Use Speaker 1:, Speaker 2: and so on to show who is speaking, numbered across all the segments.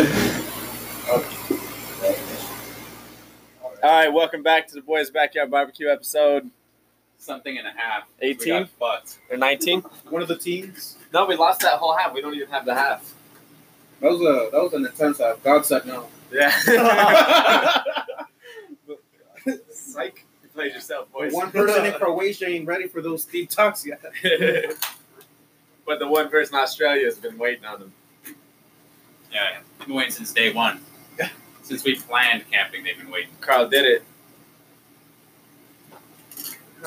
Speaker 1: Uh,
Speaker 2: All right, welcome back to the Boys Backyard Barbecue episode
Speaker 3: Something and a half.
Speaker 2: 18
Speaker 3: But
Speaker 2: or 19.
Speaker 1: One of the teams.
Speaker 3: no, we lost that whole half. We don't even have the half.
Speaker 1: That was a that was an intense half. God said no.
Speaker 3: Yeah.
Speaker 1: Psych.
Speaker 3: you played yourself, boys.
Speaker 1: One person in Croatia ain't ready for those deep talks yet.
Speaker 3: but the one person in Australia has been waiting on them.
Speaker 4: Yeah, they've been waiting since day one. Since we planned camping, they've been waiting.
Speaker 3: Carl did it.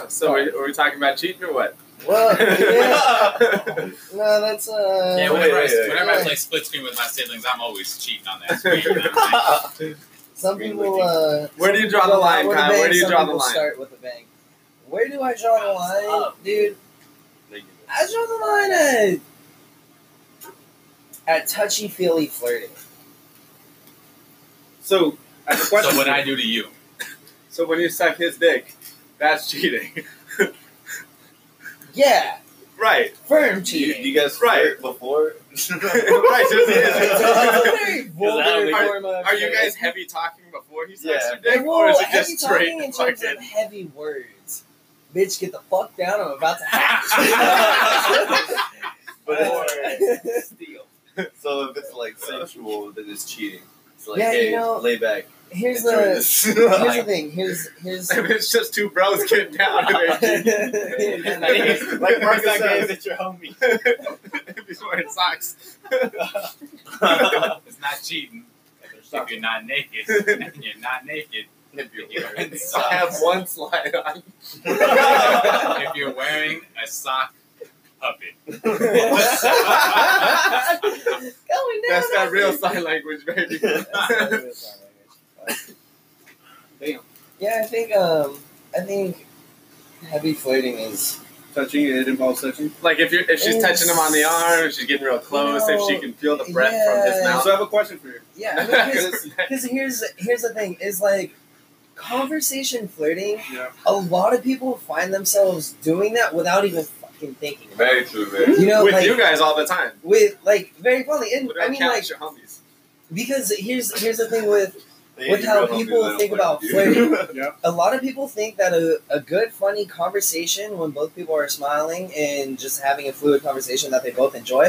Speaker 3: So are, are we talking about cheating or what?
Speaker 5: Well, yeah. No, that's uh.
Speaker 4: yeah,
Speaker 3: wait,
Speaker 4: whenever,
Speaker 3: wait,
Speaker 4: I,
Speaker 3: wait.
Speaker 4: whenever I play split screen with my siblings, I'm always cheating on that screen. you know what I'm saying?
Speaker 5: Some people uh.
Speaker 3: Where do you draw the
Speaker 5: go
Speaker 3: line,
Speaker 5: out with a
Speaker 3: Kyle?
Speaker 5: bang,
Speaker 3: Where do you
Speaker 5: some
Speaker 3: draw the
Speaker 5: people
Speaker 3: line?
Speaker 5: Start with a bang. Where do I draw the line,
Speaker 4: Stop.
Speaker 5: dude? I draw the line at at touchy feely flirting.
Speaker 1: So, I have a question.
Speaker 4: so what I do to you?
Speaker 3: So when you suck his dick, that's cheating.
Speaker 5: Yeah,
Speaker 3: right.
Speaker 5: firm
Speaker 6: Do you, do
Speaker 5: cheating.
Speaker 6: you guys
Speaker 3: Right.
Speaker 6: flirt before?
Speaker 3: right. so
Speaker 5: It's a
Speaker 3: it's-
Speaker 5: very vulgar
Speaker 3: Are-
Speaker 5: form of
Speaker 3: are you
Speaker 5: flirting.
Speaker 3: guys heavy talking before he sucks
Speaker 6: Yeah.
Speaker 3: your
Speaker 5: Like,
Speaker 3: dick? or is
Speaker 5: whoa,
Speaker 3: it just
Speaker 5: heavy
Speaker 3: straight
Speaker 5: talking in terms
Speaker 3: fucking?
Speaker 5: of heavy words. Bitch, get the fuck down! I'm about to hatch.
Speaker 3: But
Speaker 6: Steal. So if it's like sensual, then it's cheating. It's like,
Speaker 5: Yeah, you
Speaker 6: hey,
Speaker 5: know-
Speaker 6: lay back.
Speaker 5: here's
Speaker 6: enjoy
Speaker 5: the
Speaker 6: this.
Speaker 5: here's the
Speaker 6: Like,
Speaker 5: thing. Here's here's.
Speaker 3: If it's just two bros getting down.
Speaker 5: Here's-
Speaker 6: Like Marcus said.
Speaker 3: at your homie. if he's wearing socks.
Speaker 4: It's not cheating. If you're not naked, you're not naked.
Speaker 6: if
Speaker 4: If
Speaker 6: you're
Speaker 4: you're
Speaker 6: wearing
Speaker 4: in
Speaker 3: I have
Speaker 4: socks,
Speaker 3: one slide on.
Speaker 4: if you're wearing a sock puppet,
Speaker 5: Going down
Speaker 3: That's
Speaker 5: on
Speaker 3: not real
Speaker 5: me.
Speaker 3: sign language, baby.
Speaker 5: That's not real sign language.
Speaker 1: Damn.
Speaker 5: Yeah, I think um, I think heavy flirting is
Speaker 1: Touching it involves touching.
Speaker 3: like if you're if she's touching him on the arm, if she's getting real close, if she can feel the breath from his
Speaker 5: Yeah.
Speaker 3: mouth.
Speaker 1: So I have a question for you.
Speaker 5: yeah. Because here's here's the thing is like conversation flirting.
Speaker 1: Yeah.
Speaker 5: A lot of people find themselves doing that without even fucking thinking. about
Speaker 6: Very true,
Speaker 5: it. You know,
Speaker 3: with
Speaker 5: like
Speaker 3: you guys all the time.
Speaker 5: with like very funny, and
Speaker 3: But
Speaker 5: I mean
Speaker 3: count
Speaker 5: like
Speaker 3: your homies.
Speaker 5: because here's here's the thing with
Speaker 6: They
Speaker 5: With
Speaker 6: ain't
Speaker 5: how
Speaker 6: real homies,
Speaker 5: people
Speaker 6: they don't
Speaker 5: think
Speaker 6: flirt
Speaker 5: about
Speaker 6: with
Speaker 5: flirting.
Speaker 6: you.
Speaker 5: a lot of people think that a, a good funny conversation when both people are smiling and just having a fluid conversation that they both enjoy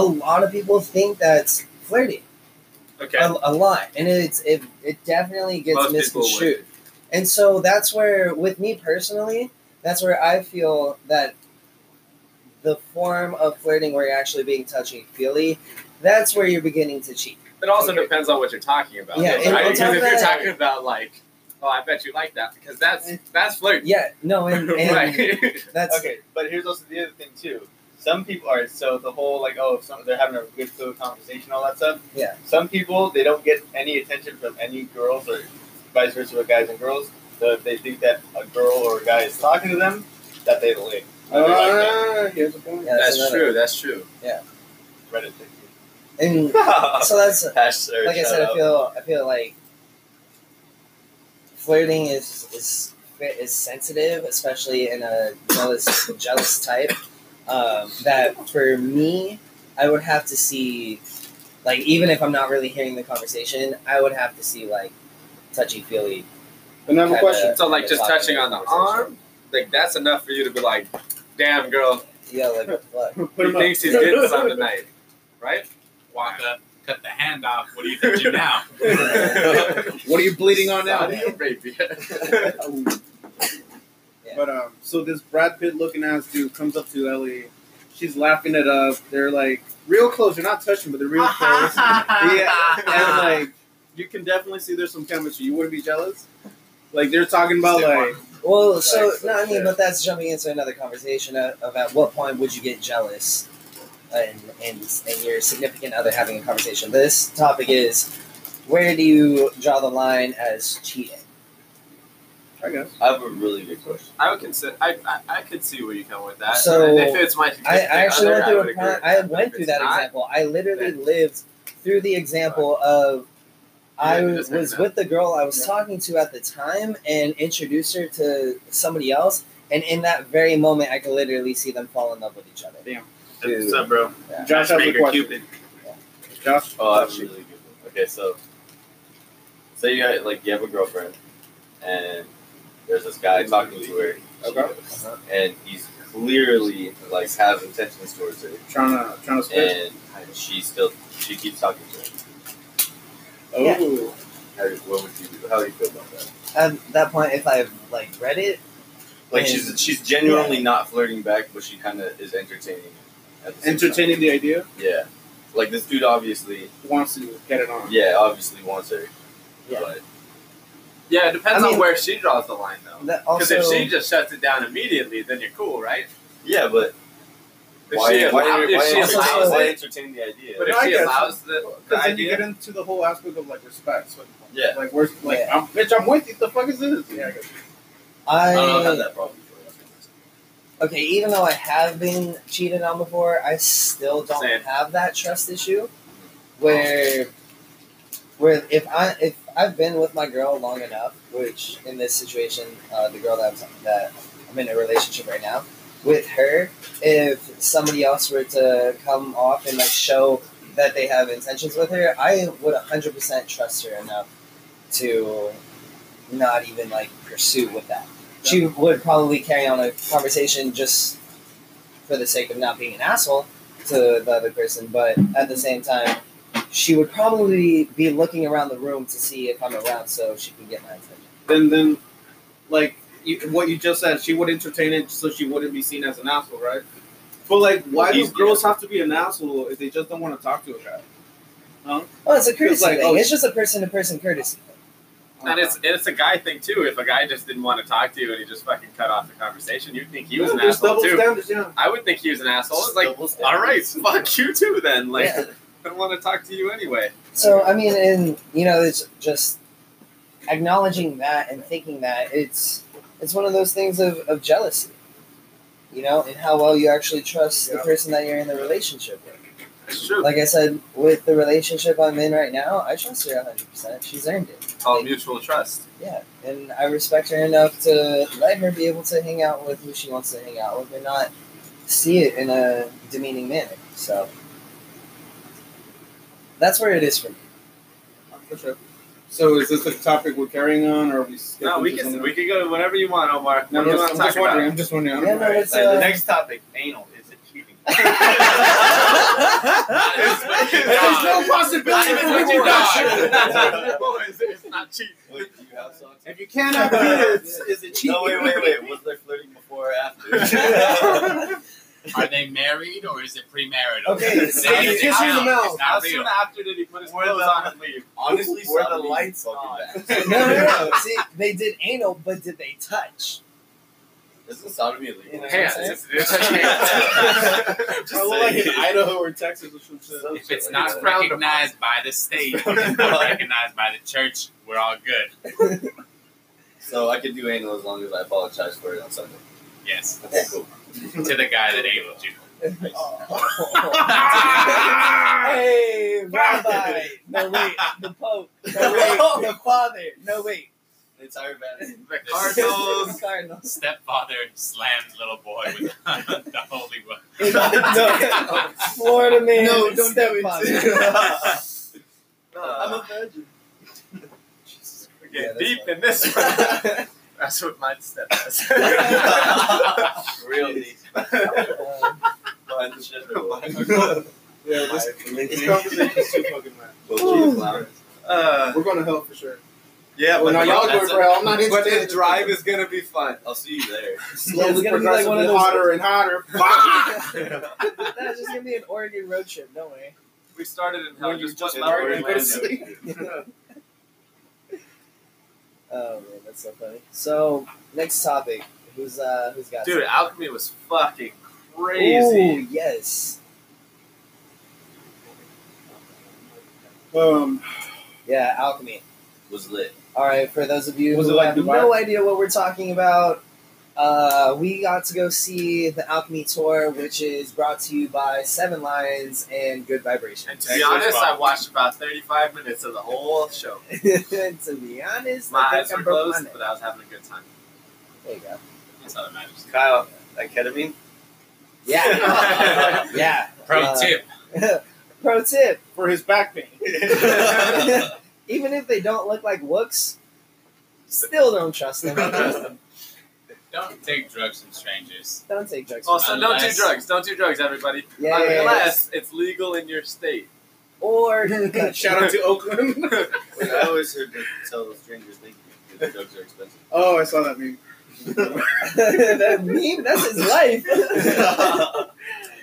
Speaker 5: a lot of people think that's flirting
Speaker 3: Okay.
Speaker 5: a, a lot and it's it, it definitely gets
Speaker 3: Most people would.
Speaker 5: misconstrued and so that's where with me personally that's where i feel that the form of flirting where you're actually being touchy feely that's where you're beginning to cheat
Speaker 3: It also
Speaker 5: Okay.
Speaker 3: depends on what you're talking about.
Speaker 5: Yeah,
Speaker 3: right?
Speaker 5: and
Speaker 1: on
Speaker 3: Because
Speaker 5: top
Speaker 3: if
Speaker 5: of
Speaker 3: you're
Speaker 5: that-
Speaker 3: talking about like, oh, I bet you like that, because that's that's flirting.
Speaker 5: yeah no Eh. Oh, and, and
Speaker 3: right.
Speaker 5: that's
Speaker 6: Okay, but here's also the other thing too. Some people are so the whole like oh if some, they're having a good fluid conversation all that stuff.
Speaker 5: Yeah.
Speaker 6: Some people they don't get any attention from any girls or vice versa with guys and girls. So if they think that a girl or a guy is talking to them, that they like. That they like that.
Speaker 1: Ah, here's a point.
Speaker 5: yeah,
Speaker 3: That's
Speaker 5: another-
Speaker 3: true. That's true.
Speaker 6: Reddit.
Speaker 5: and so that's
Speaker 6: Hash search,
Speaker 5: like I said,
Speaker 6: shout
Speaker 5: I
Speaker 6: out.
Speaker 5: feel I feel like flirting is is is sensitive, especially in a jealous jealous type. Um, that for me, I would have to see, like even if I'm not really hearing the conversation, I would have to see like touchy feely.
Speaker 1: And I have a question.
Speaker 3: So like just touching on the arm, like that's enough for you to be like, damn girl,
Speaker 5: Yeah, like what?
Speaker 1: Put
Speaker 3: he
Speaker 1: him up.
Speaker 3: thinks he's getting some tonight, right?
Speaker 4: walk up, cut the hand off. What do you think you now?
Speaker 1: What are you bleeding on now?
Speaker 3: Saudi Arabia.
Speaker 5: Yeah.
Speaker 1: But um, so this Brad Pitt looking ass dude comes up to Ellie. She's laughing it up. They're like real close. You're not touching, but they're real close. yeah, and like you can definitely see there's some chemistry. You wouldn't be jealous. Like they're talking about
Speaker 4: Stay
Speaker 1: like
Speaker 5: Well, so
Speaker 1: Like,
Speaker 5: no, I mean,
Speaker 1: yeah.
Speaker 5: but that's jumping into another conversation of, of at what point would you get jealous, and and and your significant other having a conversation. This topic is where do you draw the line as cheating?
Speaker 1: I guess.
Speaker 6: I have a really good question.
Speaker 3: I would consider. I, I I could see where you come with that.
Speaker 5: So,
Speaker 3: and if it's my
Speaker 5: I, I actually
Speaker 3: other,
Speaker 5: went
Speaker 3: I
Speaker 5: through
Speaker 3: would
Speaker 5: a
Speaker 3: agree
Speaker 5: pro-
Speaker 3: with
Speaker 5: I
Speaker 3: that.
Speaker 5: went
Speaker 3: If
Speaker 5: through
Speaker 3: it's
Speaker 5: that
Speaker 3: not,
Speaker 5: example. I literally lived through the example of I
Speaker 3: Yeah, it does
Speaker 5: was
Speaker 3: happen.
Speaker 5: with the girl I was
Speaker 1: Yeah.
Speaker 5: talking to at the time and introduced her to somebody else. And in that very moment, I could literally see them fall in love with each other.
Speaker 3: What's up, bro?
Speaker 1: Josh has a
Speaker 3: Matchmaker
Speaker 1: question.
Speaker 3: Cupid.
Speaker 1: Josh,
Speaker 6: Oh, I have a really good one. Okay, so say you had, like you have a girlfriend, and there's this guy talking to her,
Speaker 3: Okay.
Speaker 6: and he's clearly like has intentions towards her,
Speaker 1: Trying to trying to switch.
Speaker 6: and she still she keeps talking to him.
Speaker 5: Yeah.
Speaker 1: Oh,
Speaker 6: How, what would you do? How do you feel about that?
Speaker 5: At that point, if I've like read it,
Speaker 6: Like she's she's genuinely not flirting back, but she kind of is entertaining. At the same
Speaker 1: entertaining the idea
Speaker 6: time. Yeah. Like this dude obviously,
Speaker 1: wants to get it on.
Speaker 6: yeah, obviously wants her.
Speaker 5: Yeah.
Speaker 6: But
Speaker 3: Yeah, it depends
Speaker 5: I mean-
Speaker 3: on where she draws the line, though.
Speaker 5: that
Speaker 3: Because
Speaker 5: also
Speaker 3: if she just shuts it down immediately, then you're cool, right?
Speaker 6: yeah, but
Speaker 3: If
Speaker 6: why,
Speaker 3: she
Speaker 6: why,
Speaker 3: allow-
Speaker 6: why,
Speaker 3: if she
Speaker 5: entertain-
Speaker 3: allows
Speaker 6: why
Speaker 3: it,
Speaker 6: entertain the idea?
Speaker 3: but
Speaker 1: No,
Speaker 3: if
Speaker 1: I
Speaker 3: she
Speaker 1: guess.
Speaker 3: allows the, the
Speaker 1: Because then you
Speaker 3: idea,
Speaker 1: get into the whole aspect of like respect. So,
Speaker 6: Yeah.
Speaker 1: Like where's like
Speaker 5: Yeah.
Speaker 1: I'm, bitch, I'm with you. The fuck is this? Yeah. I guess.
Speaker 5: I
Speaker 6: I don't have that problem. Before.
Speaker 5: okay, even though I have been cheated on before, I still don't
Speaker 3: Same.
Speaker 5: have that trust issue where where if I if I've been with my girl long enough, which in this situation, uh, the girl that I'm, that I'm in a relationship right now with her, if somebody else were to come off and like show that they have intentions with her, I would 100% trust her enough to not even like pursue with that. She would probably carry on a conversation just for the sake of not being an asshole to the other person, but at the same time, she would probably be looking around the room to see if I'm around so she can get my attention.
Speaker 1: Then then, like you, what you just said, she would entertain it so she wouldn't be seen as an asshole, right? But like, why do
Speaker 6: Easier.
Speaker 1: girls have to be an asshole if they just don't want to talk to a guy?
Speaker 5: Oh, it's a courtesy
Speaker 1: like,
Speaker 5: thing.
Speaker 1: oh,
Speaker 5: it's just a person to person courtesy.
Speaker 3: and it's it's a guy thing too. If a guy just didn't want to talk to you and he just fucking cut off the conversation, you'd think he was an
Speaker 1: There's
Speaker 3: asshole
Speaker 1: double
Speaker 3: too.
Speaker 1: standards, yeah.
Speaker 3: I would think he was an asshole. It's like,
Speaker 6: Double standards.
Speaker 3: all right, fuck you too, then. Like,
Speaker 5: Yeah.
Speaker 3: I don't want to talk to you anyway.
Speaker 5: So I mean, and you know, it's just acknowledging that and thinking that it's it's one of those things of, of jealousy, you know, and how well you actually trust the
Speaker 1: Yeah.
Speaker 5: person that you're in the relationship with.
Speaker 3: It's true.
Speaker 5: Like I said, with the relationship I'm in right now, I trust her 100. percent She's earned it.
Speaker 3: Called mutual trust.
Speaker 5: Yeah, and I respect her enough to let her be able to hang out with who she wants to hang out with, and not see it in a demeaning manner. So that's where it is for me.
Speaker 1: For sure. So is this the topic we're carrying on, or are we? skipping
Speaker 3: No, we
Speaker 1: to
Speaker 3: can
Speaker 1: something?
Speaker 3: we can go to whatever you want, Omar.
Speaker 1: No,
Speaker 3: What do
Speaker 1: I'm
Speaker 3: you
Speaker 1: just, I'm
Speaker 3: want to talk
Speaker 1: just wondering.
Speaker 3: about?
Speaker 1: I'm just wondering. I
Speaker 5: Yeah,
Speaker 1: don't know.
Speaker 5: no, it's,
Speaker 6: Alright,
Speaker 5: uh,
Speaker 6: the next topic, anal. Is it cheating?
Speaker 1: There's no
Speaker 3: Not
Speaker 1: possibility
Speaker 3: even
Speaker 1: that
Speaker 3: with
Speaker 1: we
Speaker 3: your
Speaker 1: will
Speaker 3: dog.
Speaker 1: not shoot.
Speaker 3: Boys, it's not cheap.
Speaker 6: Wait, do you have socks?
Speaker 1: If you can't have kids, is it cheating?
Speaker 6: No, wait, wait, wait. Was there flirting before or after?
Speaker 5: okay,
Speaker 4: Are they married or is it premarital?
Speaker 5: Okay,
Speaker 4: Does
Speaker 5: so
Speaker 4: that
Speaker 5: you
Speaker 4: even
Speaker 5: kiss in the
Speaker 4: count?
Speaker 1: mouth.
Speaker 4: It's
Speaker 3: How
Speaker 4: not
Speaker 3: soon
Speaker 4: real.
Speaker 3: after did he put his
Speaker 6: Where
Speaker 3: clothes
Speaker 6: the-
Speaker 3: on and leave?
Speaker 6: Honestly,
Speaker 3: Were the
Speaker 6: some of these
Speaker 3: lights
Speaker 6: fucking
Speaker 3: on?
Speaker 6: bad.
Speaker 5: no, no, no. See, they did anal, but did they touch?
Speaker 6: Isn't sodomy illegal?
Speaker 5: Yeah.
Speaker 3: Hands.
Speaker 5: saying?
Speaker 3: It's, it's hands. Just
Speaker 1: I look like
Speaker 3: saying.
Speaker 1: in Idaho or Texas or some shit.
Speaker 6: Some
Speaker 4: If it's
Speaker 6: shit
Speaker 4: not
Speaker 6: like that.
Speaker 3: round
Speaker 4: recognized by the state, if it's not recognized by the church, we're all good.
Speaker 6: so I can do anal as long as I apologize for it on Sunday.
Speaker 4: Yes.
Speaker 6: Okay, cool.
Speaker 4: To the guy that ailed you.
Speaker 5: hey, Rabbi! No wait, the Pope. No wait, the Father. No wait,
Speaker 6: The entire band.
Speaker 3: The Cardinals.
Speaker 5: Cardinals.
Speaker 4: Stepfather slams little boy with the holy book.
Speaker 5: No, Florida man.
Speaker 1: No, don't do it.
Speaker 3: Uh,
Speaker 5: virgin.
Speaker 3: we're
Speaker 5: Yeah,
Speaker 3: getting
Speaker 5: that's
Speaker 3: deep
Speaker 5: fine.
Speaker 3: in this one. That's what mine step is.
Speaker 6: Real deep.
Speaker 5: Um,
Speaker 6: Mind the shit.
Speaker 1: Yeah, this, this conversation's too fucking mad.
Speaker 6: Bullshit clown.
Speaker 3: uh,
Speaker 1: We're going to hell for sure.
Speaker 3: yeah,
Speaker 1: well,
Speaker 3: but
Speaker 1: now
Speaker 3: the-
Speaker 1: y'all going
Speaker 3: that's
Speaker 1: for hell. I'm not
Speaker 3: a- but
Speaker 1: interested.
Speaker 3: the drive is gonna be fun.
Speaker 6: I'll see you there.
Speaker 1: slowly
Speaker 5: It's gonna be like
Speaker 1: progressively
Speaker 5: one of those-
Speaker 1: hotter and hotter.
Speaker 5: That's just gonna be an Oregon road trip. No way.
Speaker 3: We started in hell.
Speaker 1: When you
Speaker 3: Just,
Speaker 1: just
Speaker 3: one
Speaker 6: in
Speaker 3: hour
Speaker 6: Oregon,
Speaker 3: in Orlando.
Speaker 5: Oh man, that's so funny. So next topic. Who's uh who's got
Speaker 3: Dude, alchemy was fucking
Speaker 5: something?
Speaker 3: crazy.
Speaker 5: Ooh, yes.
Speaker 1: um,
Speaker 5: Yeah, alchemy.
Speaker 6: Was lit.
Speaker 5: All right, for those of you
Speaker 1: Was
Speaker 5: who
Speaker 1: it like
Speaker 5: have
Speaker 1: Dubai?
Speaker 5: no idea what we're talking about, uh, we got to go see the Alchemy Tour, which is brought to you by Seven Lions and Good Vibrations.
Speaker 3: And to be
Speaker 4: Excellent
Speaker 3: honest,
Speaker 4: spot.
Speaker 3: I watched about 35 minutes of the whole show.
Speaker 5: to be honest,
Speaker 3: My
Speaker 5: I think
Speaker 3: eyes
Speaker 5: I'm
Speaker 3: were
Speaker 5: broke
Speaker 3: closed,
Speaker 5: my
Speaker 3: but
Speaker 5: neck.
Speaker 3: I was having a good time.
Speaker 5: There you go.
Speaker 4: That's all that matters.
Speaker 6: Kyle, that ketamine?
Speaker 5: Yeah, yeah.
Speaker 4: Pro
Speaker 5: Uh,
Speaker 4: tip.
Speaker 5: Pro tip.
Speaker 1: for his back pain.
Speaker 5: Pro even if they don't look like wooks, still don't trust them.
Speaker 4: Don't take drugs from strangers.
Speaker 5: don't take drugs.
Speaker 3: Also, don't do
Speaker 4: Unless-
Speaker 3: drugs. Don't do drugs, everybody.
Speaker 5: Yeah, yeah, yeah.
Speaker 3: Unless it's legal in your state.
Speaker 5: Or
Speaker 1: Shout out to Oakland.
Speaker 6: Wait, I always heard that tell the strangers they the drugs are expensive.
Speaker 1: oh, I saw that meme.
Speaker 5: that meme, that's his life.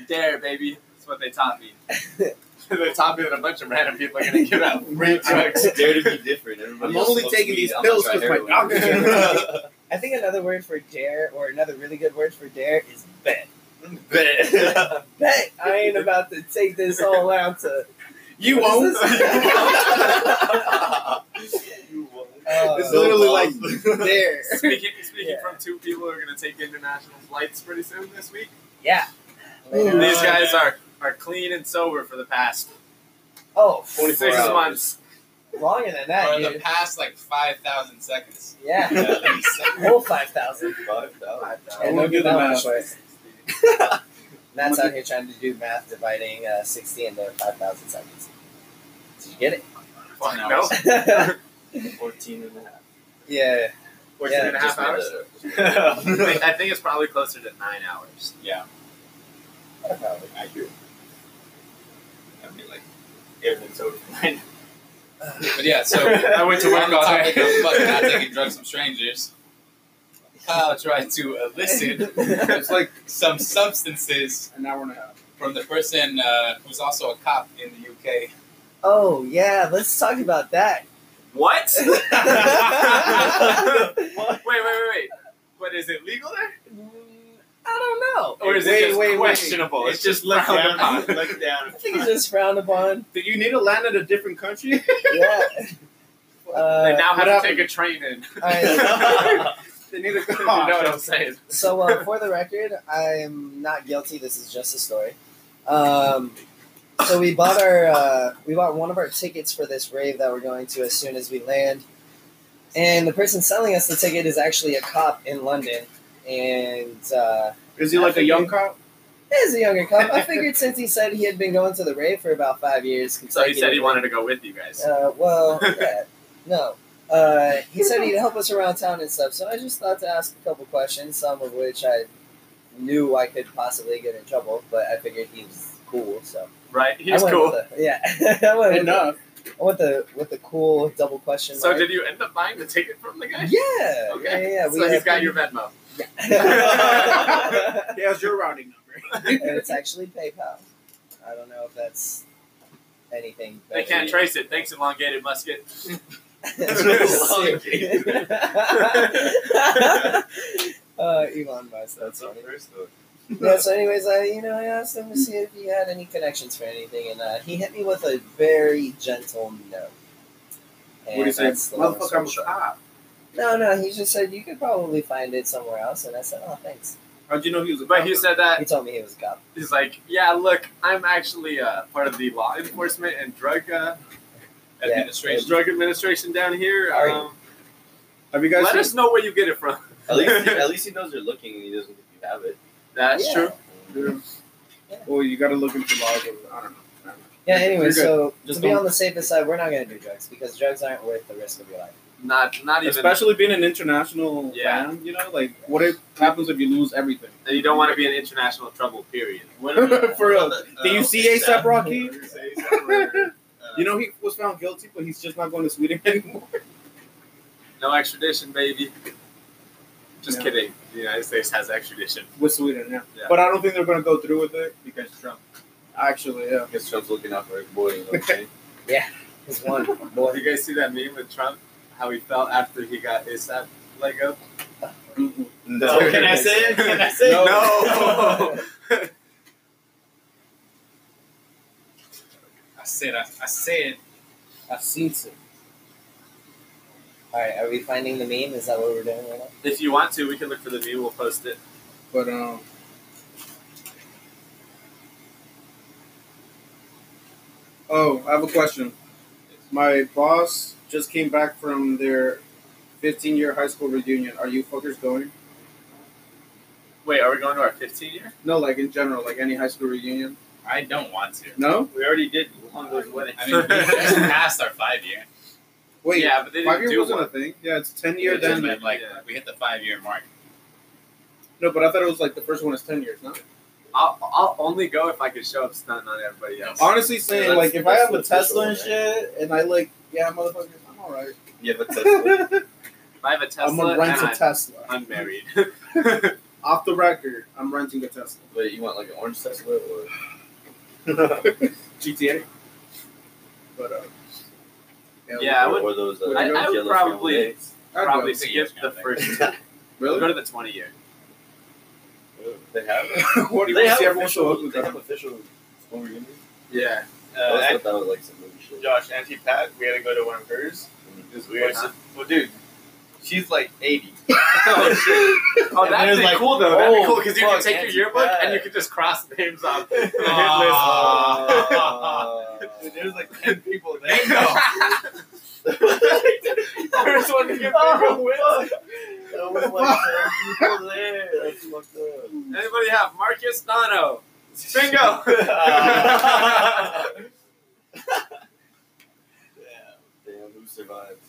Speaker 3: Dare, baby. That's what they taught me. they taught me that a bunch of random people are gonna give out free drugs.
Speaker 6: Dare to be different. Everybody
Speaker 1: I'm
Speaker 6: else
Speaker 1: only
Speaker 6: smokes
Speaker 1: taking
Speaker 6: weed.
Speaker 1: these
Speaker 6: I'm
Speaker 1: pills
Speaker 6: gonna try
Speaker 1: 'cause my doctor
Speaker 6: heroin.
Speaker 5: I think another word for dare, or another really good word for dare, is bet.
Speaker 6: Bet.
Speaker 5: Bet I ain't about to take this all out to. uh,
Speaker 1: You
Speaker 5: What
Speaker 1: won't.
Speaker 5: is
Speaker 6: You won't.
Speaker 5: Uh,
Speaker 1: It's literally like
Speaker 5: Dare.
Speaker 3: Speaking, speaking
Speaker 5: Yeah.
Speaker 3: from two people who are gonna take international flights pretty soon this week.
Speaker 5: Yeah.
Speaker 1: Ooh.
Speaker 3: These guys are are clean and sober for the past
Speaker 5: Oh,
Speaker 6: Twenty-
Speaker 3: 26
Speaker 6: hours.
Speaker 3: months.
Speaker 5: longer than
Speaker 4: For
Speaker 5: that,
Speaker 4: the
Speaker 5: dude.
Speaker 4: past like five thousand seconds.
Speaker 5: Yeah. Whole 5,000.
Speaker 6: Five dollars.
Speaker 5: And
Speaker 1: wanna do
Speaker 5: don't get
Speaker 1: the
Speaker 5: that one
Speaker 1: math.
Speaker 5: short. Matt's out here trying to do math dividing uh, 60 into 5,000 seconds. Did you get
Speaker 3: Fuck
Speaker 4: No.
Speaker 3: no.
Speaker 5: it?
Speaker 6: Fourteen and a half.
Speaker 5: yeah.
Speaker 3: 14 and a half
Speaker 6: Just made
Speaker 3: hours.
Speaker 6: that up.
Speaker 3: I think- I think it's probably closer to nine hours.
Speaker 5: Probably.
Speaker 6: I do. I mean, like, everything's over.
Speaker 4: But yeah, so
Speaker 3: I went to work
Speaker 4: on the
Speaker 3: all
Speaker 4: topic of
Speaker 3: day.
Speaker 4: fucking not taking drugs from strangers. Kyle tried to
Speaker 3: uh,
Speaker 4: elicit
Speaker 1: It's like
Speaker 4: some substances
Speaker 1: an hour and a half.
Speaker 4: from the person uh, who's also a cop in the UK.
Speaker 5: Oh, yeah. Let's talk about that.
Speaker 3: What?
Speaker 5: Mm,
Speaker 3: wait, wait, wait, wait. But is it legal there?
Speaker 5: I don't know.
Speaker 3: Or is
Speaker 1: Wait,
Speaker 3: Oh, it just
Speaker 1: wait, wait.
Speaker 3: questionable? It's just frowned upon.
Speaker 6: Look
Speaker 5: I
Speaker 6: down.
Speaker 5: think it's just frowned upon.
Speaker 1: Did you need to land at a different country?
Speaker 5: Yeah. Uh,
Speaker 3: They now
Speaker 1: what
Speaker 3: have to
Speaker 1: happened?
Speaker 3: take a train in.
Speaker 5: all right.
Speaker 1: they need to go.
Speaker 3: you know what I'm saying?
Speaker 5: So, uh, for the record, I'm not guilty. This is just a story. Um, so we bought our uh, we bought one of our tickets for this rave that we're going to as soon as we land, and the person selling us the ticket is actually a cop in London, and uh,
Speaker 1: Is he like a young cop?
Speaker 5: is a younger cop. I figured since he said he had been going to the rave for about five years,
Speaker 3: So he said he
Speaker 5: consecutively-
Speaker 3: wanted to go with you guys.
Speaker 5: uh, well, yeah, no. Uh, he said he'd help us around town and stuff, so I just thought to ask a couple questions, some of which I knew I could possibly get in trouble, but I figured he was cool, so
Speaker 3: Right?
Speaker 5: I
Speaker 3: He's
Speaker 5: went
Speaker 3: cool.
Speaker 5: With the, yeah, I went with the,
Speaker 1: Enough.
Speaker 5: I went the with the cool double question.
Speaker 3: So
Speaker 5: mark.
Speaker 3: did you end up buying the ticket from the guy?
Speaker 5: Yeah, yeah,
Speaker 3: Okay.
Speaker 5: yeah, yeah. We
Speaker 3: So he's
Speaker 5: had-
Speaker 3: got your Venmo.
Speaker 5: and
Speaker 1: He has your routing number.
Speaker 5: it's actually PayPal. I don't know if that's anything.
Speaker 3: They
Speaker 5: but-
Speaker 3: can't trace it. Thanks, elongated musket.
Speaker 5: uh, Elon Musk. That's
Speaker 6: That's our
Speaker 5: funny.
Speaker 6: first though.
Speaker 5: Yeah. So, anyways, I you know I asked him to see if he had any connections for anything, and uh, he hit me with a very gentle no. And
Speaker 1: What do you say?
Speaker 5: that's the long
Speaker 1: Motherfucker,
Speaker 5: story
Speaker 1: I'm a
Speaker 5: short.
Speaker 1: cop.
Speaker 5: No, no. He just said you could probably find it somewhere else, and I said, oh, thanks.
Speaker 1: How'd you know he was a
Speaker 3: But
Speaker 1: cop?
Speaker 3: he said that
Speaker 5: He told me he was a cop.
Speaker 3: he's like, yeah, look, I'm actually uh, part of the law enforcement and drug uh,
Speaker 5: Yeah.
Speaker 4: Administration.
Speaker 3: drug administration down here.
Speaker 5: Are you-
Speaker 3: Um,
Speaker 1: Have you guys
Speaker 3: let
Speaker 1: seen-
Speaker 3: us know where you get it from.
Speaker 6: At least, at least he knows you're looking and he doesn't think you have it.
Speaker 3: That's
Speaker 5: Yeah.
Speaker 3: true.
Speaker 1: Yeah. Well, you gotta look into laws. Of, I don't know. I don't know.
Speaker 5: Yeah. Anyway,
Speaker 1: You're good.
Speaker 5: so
Speaker 1: Just
Speaker 5: to be
Speaker 1: don't-
Speaker 5: on the safest side, we're not going to do drugs because drugs aren't worth the risk of your life.
Speaker 3: Not not even.
Speaker 1: Especially being an international
Speaker 3: Yeah.
Speaker 1: man, you know, like what if happens if you lose everything?
Speaker 3: you don't want to be in international trouble. Period. uh,
Speaker 1: For real. Do
Speaker 6: uh,
Speaker 1: you see ASAP Rocky?
Speaker 6: Rocky?
Speaker 1: You know he was found guilty, but he's just not going to Sweden anymore.
Speaker 3: No extradition, baby. Just
Speaker 1: Yeah.
Speaker 3: kidding. The United States has extradition.
Speaker 1: With Sweden, yeah.
Speaker 3: Yeah.
Speaker 1: But I don't think they're going to go through with it.
Speaker 6: because Trump.
Speaker 1: Actually, yeah.
Speaker 6: Because Trump's looking out for his boy. You know what I'm saying?
Speaker 5: He's one
Speaker 3: Well,
Speaker 5: boy.
Speaker 3: you guys see that meme with Trump? How he felt after he got ASAP let go?
Speaker 1: Mm-mm.
Speaker 4: Oh,
Speaker 6: no.
Speaker 1: So can I
Speaker 5: say it?
Speaker 6: Oh, Can I
Speaker 1: say it?
Speaker 3: no.
Speaker 4: I said, I, I said,
Speaker 5: I've seen some. All right, are we finding the meme? Is that what we're doing right now?
Speaker 3: if you want to, we can look for the meme. We'll post it.
Speaker 1: But um, oh, I have a question. My boss just came back from their 15-year high school reunion. Are you fuckers going?
Speaker 3: Wait, are we going to our 15 year?
Speaker 1: No, like in general, like any high school reunion.
Speaker 4: I don't want to.
Speaker 1: No.
Speaker 3: We already did Longo's wedding.
Speaker 4: I mean, we just passed our five year.
Speaker 1: Wait,
Speaker 3: yeah, but they
Speaker 1: five
Speaker 3: didn't
Speaker 1: year
Speaker 3: do
Speaker 1: wasn't
Speaker 3: one.
Speaker 1: a thing. Yeah, it's ten
Speaker 4: It
Speaker 1: year
Speaker 4: just
Speaker 1: then.
Speaker 4: meant, like
Speaker 3: yeah.
Speaker 4: we hit the five year mark.
Speaker 1: No, but I thought it was like the first one is ten years. No,
Speaker 3: I'll, I'll only go if I can show up stunting on everybody else.
Speaker 1: honestly saying
Speaker 6: Yeah,
Speaker 1: like
Speaker 6: that's-
Speaker 1: if I
Speaker 6: that's
Speaker 1: have a Tesla
Speaker 6: the official
Speaker 1: and
Speaker 6: one,
Speaker 1: shit, and I like yeah, motherfuckers, I'm all right.
Speaker 6: Yeah, but Tesla.
Speaker 3: If I have a Tesla
Speaker 1: I'm gonna rent a
Speaker 3: and I'm
Speaker 1: Tesla.
Speaker 3: unmarried.
Speaker 1: Off the record, I'm renting a Tesla.
Speaker 6: Wait, you want like an orange Tesla or?
Speaker 1: GTA. But uh,
Speaker 3: Yeah, I would-
Speaker 6: Or those, uh,
Speaker 1: I-
Speaker 3: I would
Speaker 6: yellow
Speaker 3: probably-
Speaker 6: Chevrolet.
Speaker 1: I'd
Speaker 3: Probably
Speaker 1: go.
Speaker 4: see it.
Speaker 3: skip the first. Go
Speaker 1: really.
Speaker 3: to the twenty year.
Speaker 6: They have. it.
Speaker 1: what do you want to
Speaker 6: they have
Speaker 1: see everyone
Speaker 6: official,
Speaker 1: so ugly?
Speaker 6: They have
Speaker 1: though?
Speaker 6: official school reunions.
Speaker 3: Yeah.
Speaker 6: I
Speaker 7: Uh,
Speaker 6: thought that was like some movie
Speaker 7: and
Speaker 6: shit.
Speaker 7: Josh, Auntie Pat, we had to go to one of hers. It was weird.
Speaker 3: Why not?
Speaker 7: So- well, dude, she's like 80.
Speaker 3: oh shit. Oh,
Speaker 7: And
Speaker 3: that'd
Speaker 7: there's
Speaker 3: be
Speaker 7: like, oh,
Speaker 3: cool though. That'd be cool because you can
Speaker 7: fuck,
Speaker 3: take your
Speaker 7: Auntie
Speaker 3: yearbook
Speaker 7: Pat.
Speaker 3: and you can just cross names off. the hit list.
Speaker 7: Dude, there's like 10 people there.
Speaker 4: Bingo.
Speaker 3: There's one to give
Speaker 7: Oh,
Speaker 3: people wins.
Speaker 6: That was like ten people there. That's fucked up.
Speaker 3: Anybody have Marcus Dono? Bingo.
Speaker 7: Uh,
Speaker 6: Damn, who survived?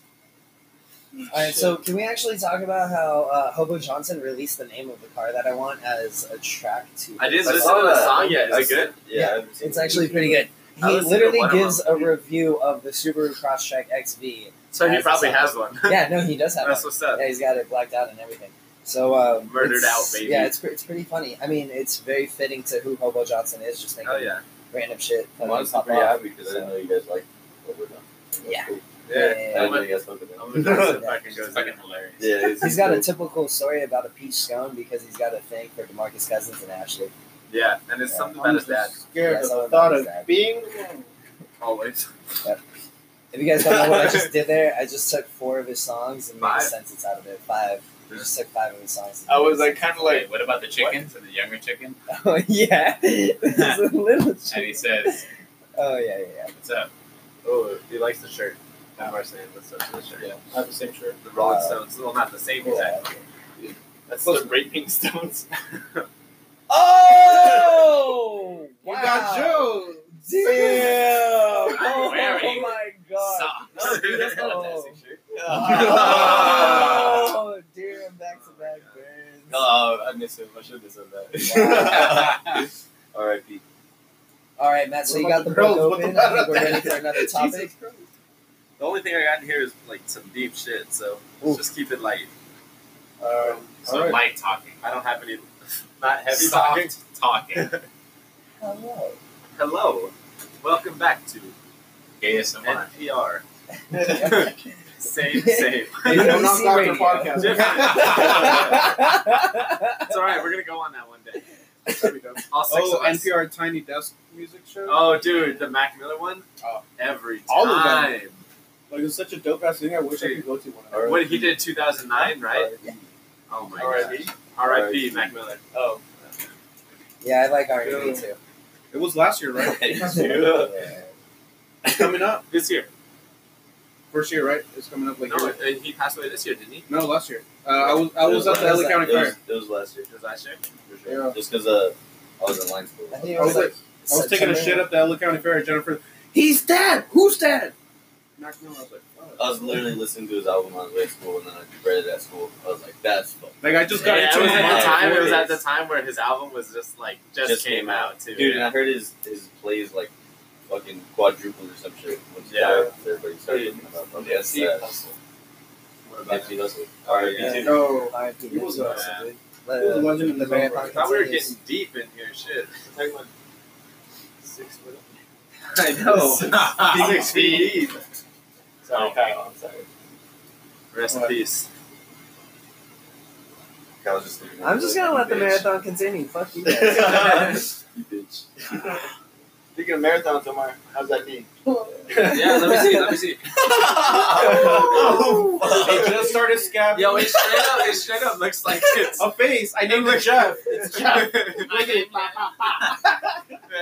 Speaker 5: All right, so can we actually talk about how uh, Hobo Johnson released the name of the car that I want as a track to?
Speaker 3: I didn't
Speaker 6: I
Speaker 3: listen
Speaker 6: saw
Speaker 3: to the
Speaker 6: that.
Speaker 3: song yet. Is it good?
Speaker 5: Yeah,
Speaker 6: I haven't seen
Speaker 5: It's
Speaker 6: it.
Speaker 5: actually pretty good.
Speaker 3: I
Speaker 5: He
Speaker 3: listened to
Speaker 5: literally
Speaker 3: one of
Speaker 5: gives a review of the Subaru Crosstrek XV.
Speaker 3: So he
Speaker 5: That's
Speaker 3: probably
Speaker 5: awesome.
Speaker 3: has one.
Speaker 5: Yeah, no, he does have
Speaker 3: That's
Speaker 5: it.
Speaker 3: what's up.
Speaker 5: Yeah, he's got it blacked out and everything. So um,
Speaker 3: Murdered
Speaker 5: it's-
Speaker 3: out, baby.
Speaker 5: Yeah, it's pre- it's pretty funny. I mean, it's very fitting to who Hobo Johnson is, just making
Speaker 3: Oh yeah.
Speaker 5: random shit.
Speaker 6: I'm
Speaker 5: fucking
Speaker 6: honestly
Speaker 5: pop
Speaker 6: pretty
Speaker 5: off.
Speaker 6: happy because I didn't know you guys liked Overdone.
Speaker 5: Yeah.
Speaker 6: Cool.
Speaker 3: Yeah.
Speaker 6: I
Speaker 5: Yeah,
Speaker 6: didn't know you guys fucking
Speaker 3: I'm gonna see
Speaker 6: know.
Speaker 3: if I can go
Speaker 4: It's
Speaker 3: there.
Speaker 4: fucking hilarious.
Speaker 6: Yeah, it's-
Speaker 5: He's got a typical story about a peach scone because he's got a thing for Demarcus Cousins and Ashley.
Speaker 3: Yeah, and it's
Speaker 5: Yeah.
Speaker 3: something about
Speaker 1: I'm
Speaker 3: his dad.
Speaker 1: just scared
Speaker 5: That's
Speaker 1: of
Speaker 5: all
Speaker 1: the thought
Speaker 5: about
Speaker 1: of
Speaker 5: that.
Speaker 1: being.
Speaker 3: Always.
Speaker 5: If you guys don't know what I just did there, I just took four of his songs and made
Speaker 3: Five.
Speaker 5: a sentence out of it. Five. I just took five of his songs.
Speaker 7: I was like, kind of like,
Speaker 4: Wait, what about the chickens and the younger chicken?
Speaker 5: oh yeah, It's a little.
Speaker 4: And he says,
Speaker 5: Oh yeah, yeah, yeah.
Speaker 4: "What's up?"
Speaker 3: Oh, he likes the shirt. Of course, man. Let's start with the shirt.
Speaker 6: Yeah, I have the same shirt.
Speaker 3: The Rolling
Speaker 5: Uh,
Speaker 3: Stones. Well, not the same
Speaker 5: yeah.
Speaker 3: exact.
Speaker 7: that's the Raping Stones.
Speaker 5: Oh!
Speaker 1: You got Joe.
Speaker 5: Damn! Oh,
Speaker 4: Wearing
Speaker 5: my god.
Speaker 4: Socks.
Speaker 5: No, dude, that's not a fancy
Speaker 3: shirt.
Speaker 5: Oh, damn, back to back burns.
Speaker 7: Oh, I miss him. I should have said
Speaker 5: Wow.
Speaker 6: R.I.P.
Speaker 5: Alright, Matt, so you
Speaker 1: What
Speaker 5: got
Speaker 1: about
Speaker 5: the
Speaker 1: the
Speaker 5: book
Speaker 1: girls? What
Speaker 5: open.
Speaker 1: about
Speaker 5: I think we're
Speaker 1: that?
Speaker 5: ready for another topic.
Speaker 3: The only thing I got in here is like some deep shit. So let's just keep it light.
Speaker 1: Uh,
Speaker 4: So
Speaker 1: All right.
Speaker 4: light talking,
Speaker 3: I don't have any. Not heavy
Speaker 4: soft
Speaker 3: talking.
Speaker 4: talking.
Speaker 5: Hello.
Speaker 3: Hello, welcome back to
Speaker 4: ASMR.
Speaker 3: NPR.
Speaker 5: Maybe
Speaker 3: Same, same.
Speaker 5: we
Speaker 1: No, not
Speaker 5: see
Speaker 1: Dr.
Speaker 5: radio.
Speaker 1: Podcast.
Speaker 3: It's all right. We're gonna go on that one day.
Speaker 1: there we go.
Speaker 3: All six
Speaker 1: Oh,
Speaker 3: of us.
Speaker 1: NPR Tiny Desk music show.
Speaker 3: Oh, dude, the Mac Miller one.
Speaker 1: Oh.
Speaker 3: Every time.
Speaker 1: All of them. Like it's such a dope ass thing. I wish I could go to one.
Speaker 6: Alright.
Speaker 3: What he did 2009, right?
Speaker 5: Yeah.
Speaker 3: Oh my
Speaker 7: R.I.P.?
Speaker 3: god. R.I.P.
Speaker 6: R.I.P.
Speaker 3: Mac Miller.
Speaker 7: Oh,
Speaker 5: Yeah, I like R&B too.
Speaker 1: It was last year, right?
Speaker 5: Yeah.
Speaker 1: It's coming up
Speaker 3: This year.
Speaker 1: first year, right? It's coming up like
Speaker 3: No, uh, he passed away this year, didn't he?
Speaker 1: no last year. Uh, I was I was at the LA County
Speaker 6: It was,
Speaker 1: Fair.
Speaker 6: it was last year.
Speaker 3: It was last year.
Speaker 6: For sure.
Speaker 1: Yeah.
Speaker 6: Just because uh, I was in line school.
Speaker 5: I think it
Speaker 1: I was
Speaker 5: was
Speaker 1: like,
Speaker 5: like
Speaker 1: I was taking a
Speaker 5: September.
Speaker 1: shit at the LA County Fair. Jennifer, he's dead. Who's dead? Mac Miller. I was like, what?
Speaker 6: I was literally listening to his album on the way to school, and then I read it at school. I was like, "That's fuck."
Speaker 1: Like I just got
Speaker 3: yeah,
Speaker 1: into
Speaker 3: it was
Speaker 1: my
Speaker 3: at the
Speaker 6: mind.
Speaker 3: time. It was at
Speaker 6: Forties.
Speaker 3: the time where his album was just like just,
Speaker 6: Just
Speaker 3: came
Speaker 6: came
Speaker 3: out too.
Speaker 6: Dude, and I heard his his plays like fucking quadrupled or some shit. When he
Speaker 3: Yeah.
Speaker 6: died, everybody started talking about fucking
Speaker 7: yeah, Steve
Speaker 6: sad.
Speaker 7: Hustle.
Speaker 3: What about
Speaker 6: Nipsey Hussle.
Speaker 7: R.I.P.
Speaker 5: Yeah.
Speaker 7: too.
Speaker 1: No,
Speaker 5: R&B
Speaker 1: He was
Speaker 5: music.
Speaker 3: a-
Speaker 5: Let-
Speaker 1: he was a legend in his
Speaker 5: the
Speaker 1: own
Speaker 5: marathon
Speaker 3: I
Speaker 1: right.
Speaker 3: thought we were
Speaker 5: continues.
Speaker 3: getting deep in here. Shit.
Speaker 7: Six foot.
Speaker 3: I know. Ah, Six
Speaker 4: Six
Speaker 3: feet deep.
Speaker 7: Sorry, Kyle. I'm sorry.
Speaker 3: Rest in
Speaker 1: What?
Speaker 3: peace.
Speaker 6: I was just looking at
Speaker 5: I'm
Speaker 6: him
Speaker 5: just
Speaker 6: like,
Speaker 5: gonna let the
Speaker 6: "You
Speaker 5: marathon continue. Fuck you guys.
Speaker 6: bitch." You bitch.
Speaker 7: Speaking of marathons, Omar, how's that be?
Speaker 3: Yeah, let me see. Let me see.
Speaker 7: Oh,
Speaker 1: It just started scabbing.
Speaker 3: Yo, it straight up. It straight up looks like it's.
Speaker 1: a face. I named
Speaker 3: look-
Speaker 1: it Jeff.
Speaker 3: It's Jeff. We're gonna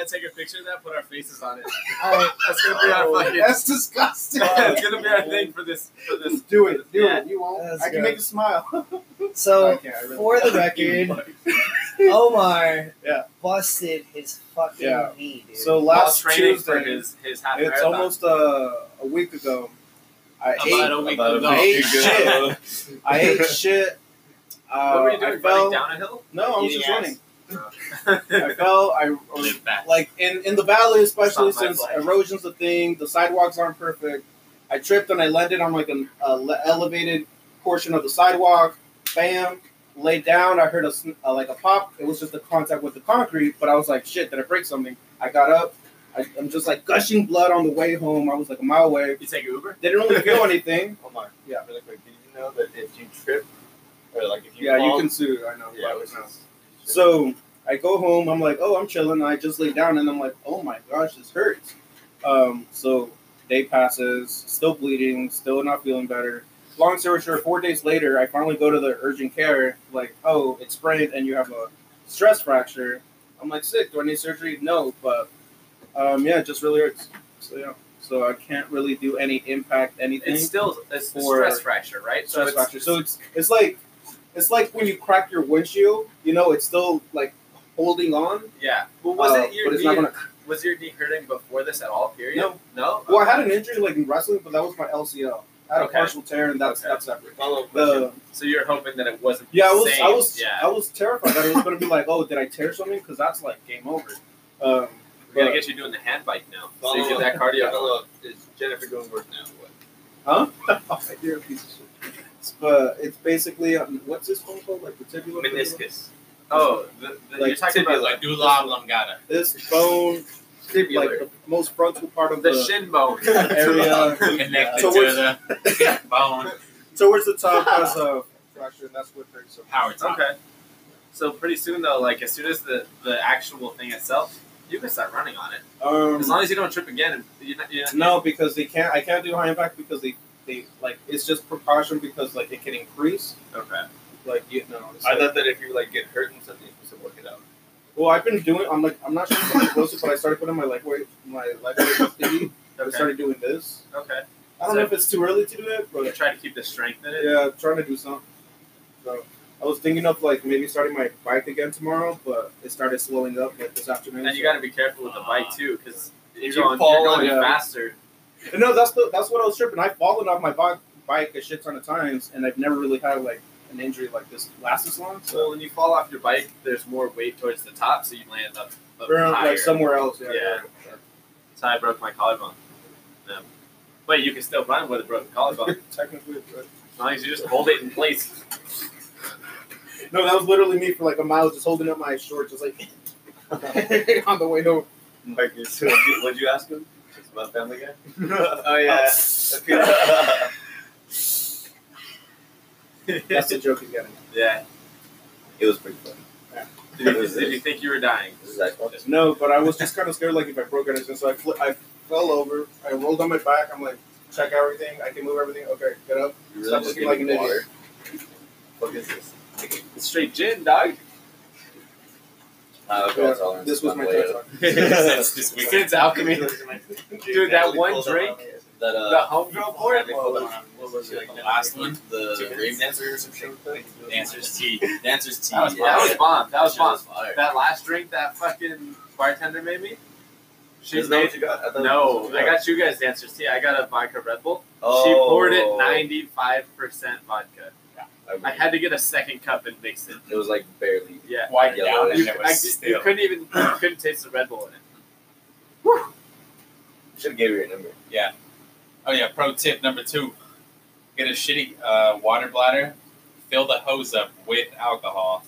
Speaker 3: take a picture of that. Put our faces on it. That's gonna be
Speaker 1: Oh,
Speaker 3: our fucking.
Speaker 1: That's disgusting.
Speaker 3: That's gonna be our thing for this. For this.
Speaker 1: Do it. Do
Speaker 3: Yeah.
Speaker 1: it. You won't.
Speaker 5: That's
Speaker 1: I can
Speaker 5: good.
Speaker 1: make a smile.
Speaker 5: So,
Speaker 1: Okay, I really-
Speaker 5: for the record, Omar
Speaker 1: Yeah.
Speaker 5: busted his fucking
Speaker 1: Yeah.
Speaker 5: knee, dude.
Speaker 1: So
Speaker 3: While
Speaker 1: last
Speaker 3: training
Speaker 1: Tuesday,
Speaker 3: for his his half
Speaker 1: it's
Speaker 3: marathon.
Speaker 1: almost uh, a week ago. I
Speaker 4: About
Speaker 1: ate.
Speaker 4: a week
Speaker 3: about a
Speaker 4: ago.
Speaker 1: I ate
Speaker 3: Here you
Speaker 1: shit. I ate shit. Uh,
Speaker 3: what were you doing?
Speaker 1: I fell.
Speaker 3: Running down a hill?
Speaker 1: No, I was
Speaker 6: Eating
Speaker 1: just
Speaker 6: ass.
Speaker 1: running. I fell. I was
Speaker 4: Live back.
Speaker 1: like in in the valley, especially
Speaker 3: It's not my
Speaker 1: since
Speaker 3: flag.
Speaker 1: erosion's a thing. The sidewalks aren't perfect. I tripped and I landed on like an uh, le- elevated portion of the sidewalk. Bam, laid down. I heard a sn- uh, like a pop. It was just the contact with the concrete. But I was like, shit, did I break something? I got up. I, I'm just like gushing blood on the way home. I was like a mile away.
Speaker 3: You take Uber?
Speaker 1: They didn't really feel anything.
Speaker 6: Omar,
Speaker 1: Yeah.
Speaker 6: really quick. Did you know that if you trip, or like if you
Speaker 1: Yeah, you
Speaker 6: fall,
Speaker 1: can sue. I know.
Speaker 6: yeah,
Speaker 1: but
Speaker 6: which
Speaker 1: no.
Speaker 6: is-
Speaker 1: So I go home. I'm like, oh, I'm chilling. I just lay down, and I'm like, oh my gosh, this hurts. Um, so day passes, still bleeding, still not feeling better. Long story short, four days later, I finally go to the urgent care. Like, oh, it's sprained, and you have a stress fracture. I'm like, sick. Do I need surgery? No, but um, yeah, it just really hurts. So yeah, so I can't really do any impact anything.
Speaker 3: It's still it's a
Speaker 1: Or-
Speaker 3: stress fracture, right?
Speaker 1: stress
Speaker 3: so it's,
Speaker 1: fracture. So it's it's like it's like when you crack your windshield. You know, it's still like holding on.
Speaker 3: yeah. Well, was
Speaker 1: uh,
Speaker 3: it your
Speaker 1: but it's
Speaker 3: knee?
Speaker 1: not gonna
Speaker 3: Was your knee hurting before this at all? Period.
Speaker 1: No.
Speaker 3: No.
Speaker 1: Well, I had an injury like in wrestling, but that was my LCL. I had
Speaker 3: Okay.
Speaker 1: a partial tear, and that's
Speaker 3: Okay.
Speaker 1: that's separate.
Speaker 6: Follow up question.
Speaker 1: The
Speaker 3: So you're hoping that it wasn't.
Speaker 1: yeah, I
Speaker 3: the
Speaker 1: was
Speaker 3: same.
Speaker 1: I was
Speaker 3: Yeah.
Speaker 1: I was terrified that it was going to be like, oh, did I tear something? Because that's like game over. Um,
Speaker 3: We're
Speaker 1: but-
Speaker 3: gonna get you doing the hand bike now, so you get
Speaker 6: Follow
Speaker 3: that cardio. going.
Speaker 6: Follow up. Is Jennifer doing work now? What?
Speaker 1: huh? You're a piece of shit. But it's basically um, what's this phone called? Like particular
Speaker 6: Meniscus.
Speaker 3: Oh, the, the,
Speaker 1: Like
Speaker 3: you're talking about
Speaker 4: Like, do la lungata.
Speaker 1: This bone, like
Speaker 3: Tibular.
Speaker 1: the most frontal part of
Speaker 3: the shin bone.
Speaker 1: area
Speaker 4: Connected
Speaker 1: So
Speaker 4: to
Speaker 1: what's-
Speaker 4: the hip bone.
Speaker 1: towards the top has a fracture, and that's what hurts. so
Speaker 4: Power top.
Speaker 3: Okay. So pretty soon though, like as soon as the the actual thing itself, you can start running on it.
Speaker 1: Um,
Speaker 3: As long as you don't trip again, you you
Speaker 1: No, because they can't. I can't do high impact because they, they like it's just precaution because like it can increase.
Speaker 3: okay.
Speaker 1: Like you know. it's
Speaker 6: I
Speaker 1: like-
Speaker 6: thought that if you like get hurt and something, you should work it out.
Speaker 1: well, I've been doing. I'm like I'm not sure if I'm explosive, but I started putting my like weight, my like weight. I
Speaker 3: Okay.
Speaker 1: started doing this.
Speaker 3: Okay.
Speaker 1: I don't know if it's too early to do it,
Speaker 3: You
Speaker 1: but
Speaker 3: try to keep the strength in it.
Speaker 1: yeah, I'm trying to do something. So I was thinking of like maybe starting my bike again tomorrow, but it started slowing up like this afternoon.
Speaker 3: And you
Speaker 1: so-
Speaker 3: got to be careful with the bike too, because if you're
Speaker 6: If you
Speaker 3: going,
Speaker 6: fall,
Speaker 3: you're going
Speaker 1: yeah.
Speaker 3: faster.
Speaker 1: And No, that's the that's what I was tripping. I've fallen off my bike bike a shit ton of times, and I've never really had like an injury like this last this long. So
Speaker 3: So when you fall off your bike, there's more weight towards the top, so you land up, up
Speaker 1: Or,
Speaker 3: higher.
Speaker 1: like somewhere else. Yeah.
Speaker 3: Yeah. That's how I broke my collarbone. Yeah. But you can still run with a broken collarbone
Speaker 1: Technically, but-
Speaker 3: as long as you just hold it in place.
Speaker 1: no, that was literally me for like a mile, just holding up my shorts, just like on the way home.
Speaker 6: Like, so what'd you, what'd you ask him? It's about Family Guy.
Speaker 3: oh
Speaker 6: Oh yeah.
Speaker 1: That's the joke he's getting.
Speaker 3: yeah.
Speaker 6: it was pretty funny.
Speaker 3: Did you, did you think you were dying?
Speaker 6: This is actually
Speaker 1: No, but I was just kind of scared, like if I broke anything. So I fl- I fell over, I rolled on my back. I'm like, check everything. I can move everything. Okay, get up.
Speaker 6: You
Speaker 1: Stop
Speaker 6: really just
Speaker 1: looking
Speaker 6: gave
Speaker 1: like an
Speaker 6: me
Speaker 1: idiot.
Speaker 6: water. What is this?
Speaker 3: It's straight gin, dog.
Speaker 6: Uh,
Speaker 1: Yeah,
Speaker 6: that's all I'm
Speaker 1: This was my
Speaker 6: way
Speaker 1: TED talk.
Speaker 4: That's this weekend.
Speaker 3: Since alchemy, Dude, that one drink,
Speaker 6: That
Speaker 3: the
Speaker 6: uh,
Speaker 3: home girl pour it.
Speaker 6: what was it?
Speaker 4: Like the last one,
Speaker 6: The rave dancer or some shit.
Speaker 4: dancer's tea.
Speaker 6: Dancer's tea.
Speaker 4: That was
Speaker 6: yeah.
Speaker 3: That was bomb. That was
Speaker 6: shit
Speaker 3: bomb.
Speaker 6: fire.
Speaker 3: That last drink that fucking bartender made me. She
Speaker 6: Isn't that
Speaker 3: made
Speaker 6: what you got? I thought that was
Speaker 3: no.
Speaker 6: what you
Speaker 3: I got you guys dancers tea. I got a vodka Red Bull.
Speaker 6: Oh.
Speaker 3: She poured it ninety five percent vodka. I
Speaker 6: Oh, I-
Speaker 3: had to get a second cup and mix it.
Speaker 6: It was like barely.
Speaker 3: Yeah.
Speaker 4: White
Speaker 6: Yeah,
Speaker 4: down,
Speaker 6: that
Speaker 3: You,
Speaker 4: and
Speaker 3: I-
Speaker 4: it
Speaker 3: you
Speaker 4: was still.
Speaker 3: couldn't even you couldn't taste the Red Bull in it.
Speaker 6: Should have gave her your number.
Speaker 4: Oh yeah, pro tip number two: get a shitty uh, water bladder, fill the hose up with alcohol,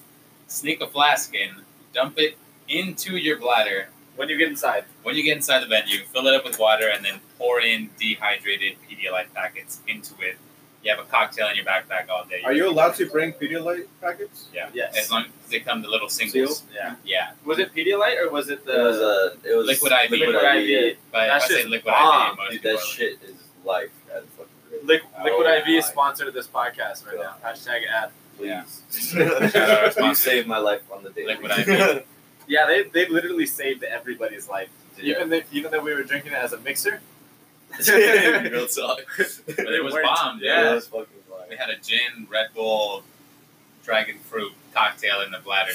Speaker 4: sneak a flask in, dump it into your bladder.
Speaker 3: When you get inside,
Speaker 4: When you get inside the venue, fill it up with water and then pour in dehydrated Pedialyte packets into it. You have a cocktail in your backpack all day.
Speaker 1: Are you allowed to bring Pedialyte packets?
Speaker 3: yes.
Speaker 4: As long as they come the little singles.
Speaker 3: Yeah.
Speaker 4: Yeah,
Speaker 3: Was it Pedialyte or was it
Speaker 6: it was
Speaker 3: the
Speaker 6: Uh, it was
Speaker 4: Liquid IV.
Speaker 6: Liquid
Speaker 3: Liquid
Speaker 6: IV.
Speaker 3: IV?
Speaker 4: but
Speaker 3: That
Speaker 4: if I say
Speaker 3: shit's
Speaker 4: liquid
Speaker 3: bomb,
Speaker 4: IV, most
Speaker 6: Dude,
Speaker 4: people
Speaker 6: that
Speaker 4: are
Speaker 6: shit is life. That is fucking great.
Speaker 3: Liquid,
Speaker 4: Oh,
Speaker 3: Liquid IV is
Speaker 4: my.
Speaker 3: sponsor to this podcast right now. Hashtag ad.
Speaker 4: Yeah.
Speaker 6: Please.
Speaker 4: Yeah.
Speaker 6: you saved my life on the day.
Speaker 4: Liquid IV.
Speaker 3: Yeah, they, they literally saved everybody's life.
Speaker 6: Yeah.
Speaker 3: Even though, even though we were drinking it as a mixer,
Speaker 6: Real talk.
Speaker 4: But it was
Speaker 3: Where-
Speaker 4: bomb. dude.
Speaker 3: Yeah.
Speaker 6: It was fucking
Speaker 4: They
Speaker 6: life.
Speaker 4: had a gin, Red Bull, dragon fruit cocktail in the bladder.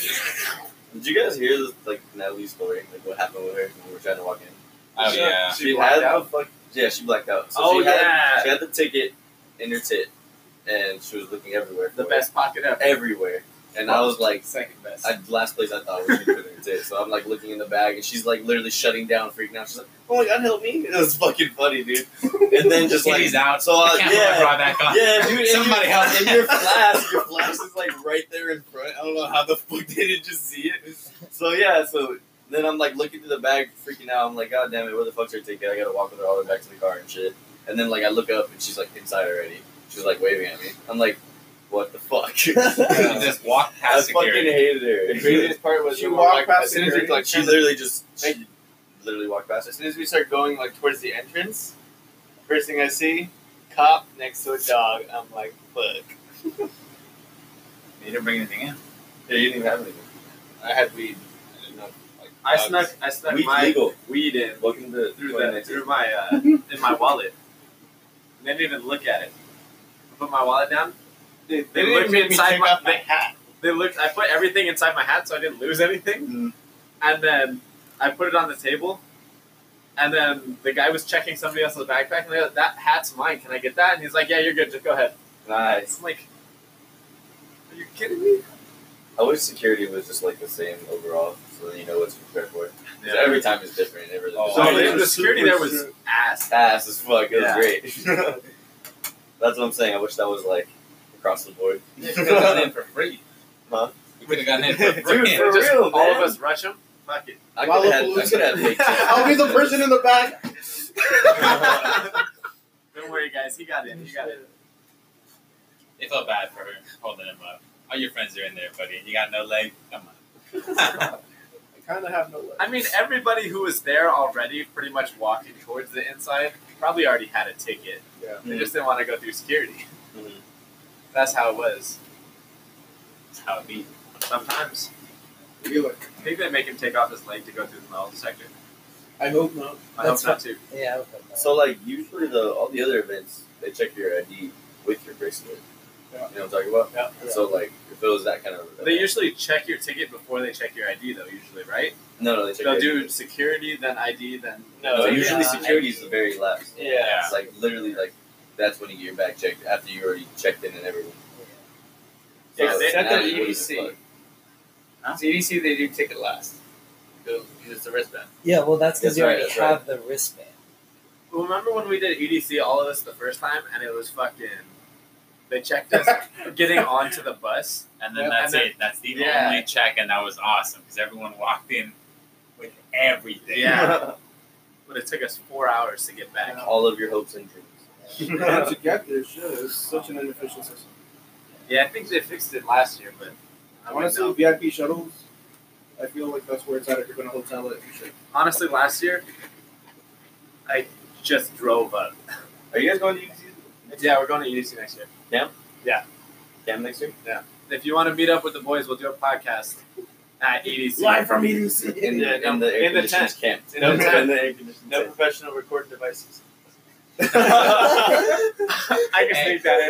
Speaker 6: Did you guys hear this, like Natalie's story? Like what happened with her when we were trying to walk in?
Speaker 4: Oh yeah.
Speaker 3: She
Speaker 6: She
Speaker 3: blacked
Speaker 6: had
Speaker 3: out?
Speaker 6: the fuck. Yeah, she blacked out. So
Speaker 3: oh
Speaker 6: she had,
Speaker 3: yeah,
Speaker 6: She had the ticket in her tit, and she was looking everywhere.
Speaker 3: the
Speaker 6: for
Speaker 3: best pocket
Speaker 6: it.
Speaker 3: ever.
Speaker 6: Everywhere. And I was like,
Speaker 3: Second best.
Speaker 6: I, last place I thought was she put in her tit. So I'm like looking in the bag, and she's like literally shutting down, freaking out. She's like, oh my god, help me. It was fucking funny, dude. And then just like.
Speaker 4: Kitty's out. uh,
Speaker 6: So I,
Speaker 4: the camera
Speaker 6: yeah,
Speaker 4: brought back on.
Speaker 6: Yeah, dude.
Speaker 4: Somebody
Speaker 6: and
Speaker 4: help.
Speaker 6: your, and your flash, your flash is like right there in front. I don't know how the fuck they didn't just see it. So yeah, so then I'm like looking through the bag, freaking out. I'm like, God damn it, where the fuck's her ticket? I gotta walk with her all the way back to the car and shit. And then like I look up and she's like inside already. She's like waving at me. I'm like, what the fuck?
Speaker 4: She just walked
Speaker 6: I
Speaker 4: past
Speaker 6: fucking
Speaker 4: security.
Speaker 6: hated
Speaker 8: The
Speaker 6: her.
Speaker 8: craziest part was
Speaker 9: She
Speaker 8: when we were,
Speaker 9: walked
Speaker 8: like,
Speaker 9: past
Speaker 8: as soon as we
Speaker 9: security.
Speaker 8: like
Speaker 6: She literally just she literally walked past
Speaker 8: as
Speaker 6: us.
Speaker 8: soon as we start going like towards the entrance, first thing I see, cop next to a dog. I'm like, fuck.
Speaker 4: You didn't bring anything in.
Speaker 8: Yeah, you didn't even have anything. I had weed. I didn't know. Like,
Speaker 3: I
Speaker 8: dogs-
Speaker 3: snuck I snuck
Speaker 6: Weed's
Speaker 3: my
Speaker 6: legal.
Speaker 3: weed in
Speaker 6: Welcome to
Speaker 3: through the
Speaker 6: 2019.
Speaker 3: through my uh, in my wallet. They didn't even look at it. I put my wallet down. They,
Speaker 8: They didn't
Speaker 3: looked
Speaker 8: even make me
Speaker 3: inside
Speaker 8: take
Speaker 3: my,
Speaker 8: off my hat.
Speaker 3: they looked I put everything inside my hat so I didn't lose anything.
Speaker 6: Mm.
Speaker 3: And then I put it on the table. And then the guy was checking somebody else's backpack and they go, that hat's mine, can I get that? And he's like, Yeah, you're good, just go ahead.
Speaker 6: Nice.
Speaker 3: I'm like Are you kidding me?
Speaker 6: I wish security was just like the same overall, so then you know what to prepare for. 'Cause every time is different. It really
Speaker 4: Oh,
Speaker 3: So
Speaker 4: I
Speaker 3: the-
Speaker 4: yeah.
Speaker 3: the security there was
Speaker 1: Super
Speaker 3: ass.
Speaker 6: ass as fuck. It was
Speaker 3: Yeah.
Speaker 6: great. That's what I'm saying. I wish that was like across the board.
Speaker 4: You could have gotten in for free.
Speaker 6: Huh?
Speaker 4: You could have gotten in for free.
Speaker 8: Dude, for
Speaker 3: just
Speaker 8: real,
Speaker 3: all
Speaker 8: man.
Speaker 3: of us rush him. Fuck it.
Speaker 6: I could have had. I
Speaker 1: Lollapalooza.
Speaker 6: could have had big tits.
Speaker 1: I'll be the person in the back.
Speaker 3: Don't worry, guys. He got it. He got it.
Speaker 4: They felt bad for her holding him up. All your friends are in there, buddy. You got no leg. Come on.
Speaker 1: I kind of have no legs.
Speaker 3: I mean, everybody who was there already, pretty much walking towards the inside, probably already had a ticket.
Speaker 8: Yeah. Mm-hmm.
Speaker 3: They just didn't want to go through security.
Speaker 6: Mhm.
Speaker 3: That's how it was.
Speaker 4: That's how it be.
Speaker 3: Sometimes
Speaker 1: Really.
Speaker 3: I think they make him take off his leg to go through the metal detector.
Speaker 1: I hope not.
Speaker 3: I
Speaker 5: That's
Speaker 3: hope not too.
Speaker 5: Yeah, I would put that.
Speaker 6: So like usually the all the other events they check your ID with your bracelet.
Speaker 1: Yeah.
Speaker 6: You know what I'm talking about?
Speaker 1: Yeah.
Speaker 6: And so like if it was that kind of event,
Speaker 3: They usually check your ticket before they check your ID, though. Usually, right?
Speaker 6: no no they check
Speaker 3: They'll
Speaker 6: your
Speaker 3: do
Speaker 6: ID.
Speaker 3: security, then ID, then
Speaker 6: No,
Speaker 8: No,
Speaker 6: usually
Speaker 5: yeah.
Speaker 6: security is the very last.
Speaker 8: Yeah.
Speaker 6: It's like literally like that's when you get your back checked after you already checked in and everything.
Speaker 3: Yeah,
Speaker 6: So
Speaker 3: they-
Speaker 6: it's
Speaker 3: that's
Speaker 6: not
Speaker 3: an
Speaker 6: even
Speaker 8: EDC.
Speaker 6: fuck.
Speaker 4: Huh?
Speaker 8: CDC they do ticket last. They'll- It's the wristband.
Speaker 5: yeah, well, that's because
Speaker 6: That's
Speaker 5: you
Speaker 6: right,
Speaker 5: already
Speaker 6: that's
Speaker 5: have the wristband.
Speaker 3: Remember when we did EDC all of us the first time and it was fucking they checked us getting onto the bus.
Speaker 4: And then
Speaker 3: Yep.
Speaker 4: that's
Speaker 3: And then-
Speaker 4: it. That's the
Speaker 3: Yeah.
Speaker 4: only check, and that was awesome because everyone walked in with everything.
Speaker 3: Yeah. But it took us four hours to get back.
Speaker 6: All of your hopes and dreams.
Speaker 1: And to get there, shit, it's such an inefficient system.
Speaker 3: Yeah, I think they fixed it last year, but I wouldn't
Speaker 1: Honestly,
Speaker 3: know.
Speaker 1: VIP shuttles. I feel like that's where it's at if you're gonna hotel it. You should.
Speaker 3: honestly last year I just drove up.
Speaker 6: Are you guys going to EDC?
Speaker 3: Yeah, we're going to EDC next year.
Speaker 6: Cam next year?
Speaker 3: If you want to meet up with the boys, we'll do a podcast at E EDC.
Speaker 1: from E EDC.
Speaker 6: In the,
Speaker 3: Yeah,
Speaker 6: in
Speaker 3: no,
Speaker 6: the air
Speaker 3: in the
Speaker 6: conditioned camp.
Speaker 3: In the tent.
Speaker 6: in the air conditioned
Speaker 8: No
Speaker 6: tent.
Speaker 8: professional record devices.
Speaker 3: I can sneak that in.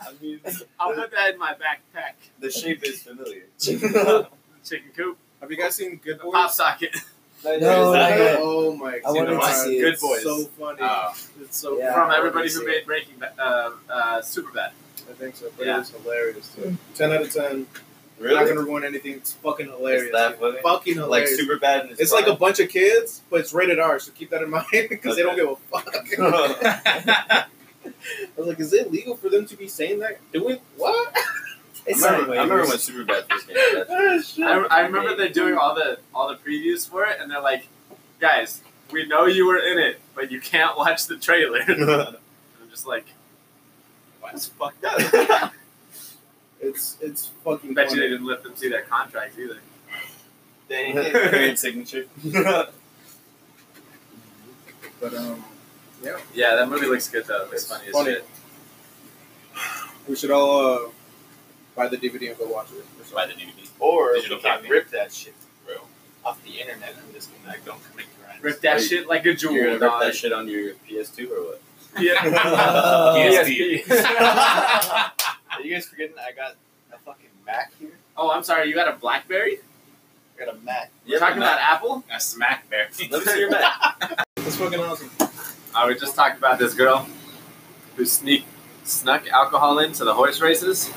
Speaker 6: I mean,
Speaker 3: I'll put that in my backpack.
Speaker 6: the shape is familiar.
Speaker 3: Uh, Chicken coop,
Speaker 1: Have you guys seen Good Boys?
Speaker 3: pop socket.
Speaker 5: No, not yet.
Speaker 1: Oh my
Speaker 5: I wanted to
Speaker 1: god.
Speaker 5: see
Speaker 3: Good
Speaker 5: it.
Speaker 3: Boys.
Speaker 1: So funny.
Speaker 3: Oh.
Speaker 1: It's so
Speaker 5: Yeah.
Speaker 3: from
Speaker 1: funny.
Speaker 3: everybody
Speaker 5: I
Speaker 3: who
Speaker 5: see
Speaker 3: made Breaking Bad, uh, uh, super bad.
Speaker 1: I think so, but
Speaker 3: Yeah.
Speaker 1: it was hilarious too. Ten out of ten. Not
Speaker 6: Really?
Speaker 1: gonna ruin anything. It's fucking hilarious.
Speaker 6: Is that funny?
Speaker 1: Fucking
Speaker 6: Like
Speaker 1: hilarious.
Speaker 6: super bad. In
Speaker 1: it's like a bunch of kids, but it's rated R, so keep that in mind because they don't give a fuck. I was like, is it legal for them to be saying that? Doing what?
Speaker 5: It's
Speaker 6: I remember, I
Speaker 5: not
Speaker 6: remember
Speaker 5: waivers.
Speaker 6: when super bad first came out.
Speaker 1: Ah,
Speaker 3: I, I remember they're doing all the all the previews for it, and they're like, "Guys, we know you were in it, but you can't watch the trailer." And I'm just like, "That's fucked up." I
Speaker 1: It's it's fucking.
Speaker 3: bet you
Speaker 1: funny.
Speaker 3: they didn't let them see their contracts either.
Speaker 6: Great signature.
Speaker 1: But um,
Speaker 3: Yeah, that movie looks good though. It looks
Speaker 1: It's
Speaker 3: funny,
Speaker 1: funny.
Speaker 3: as shit.
Speaker 1: we should all uh, buy the DVD and go watch it. or something.
Speaker 4: By the nudie.
Speaker 8: Or
Speaker 4: Digital
Speaker 8: we can
Speaker 4: copy.
Speaker 8: rip that shit, bro, off the internet. I'm just gonna like, don't commit crimes.
Speaker 3: Rip that
Speaker 6: Wait,
Speaker 3: shit like a jewel.
Speaker 6: You're gonna rip
Speaker 3: dog.
Speaker 6: that shit on your PS2 or what?
Speaker 3: Yeah.
Speaker 4: PSP.
Speaker 3: PSP.
Speaker 8: Are you guys forgetting I got a fucking Mac here?
Speaker 3: oh, I'm sorry. You got a BlackBerry?
Speaker 10: got a Mac.
Speaker 3: We're talking about Apple?
Speaker 4: I smack bear.
Speaker 3: Let me see your Mac.
Speaker 10: That's fucking awesome.
Speaker 3: I we just talked about this girl who sneak snuck alcohol into the horse races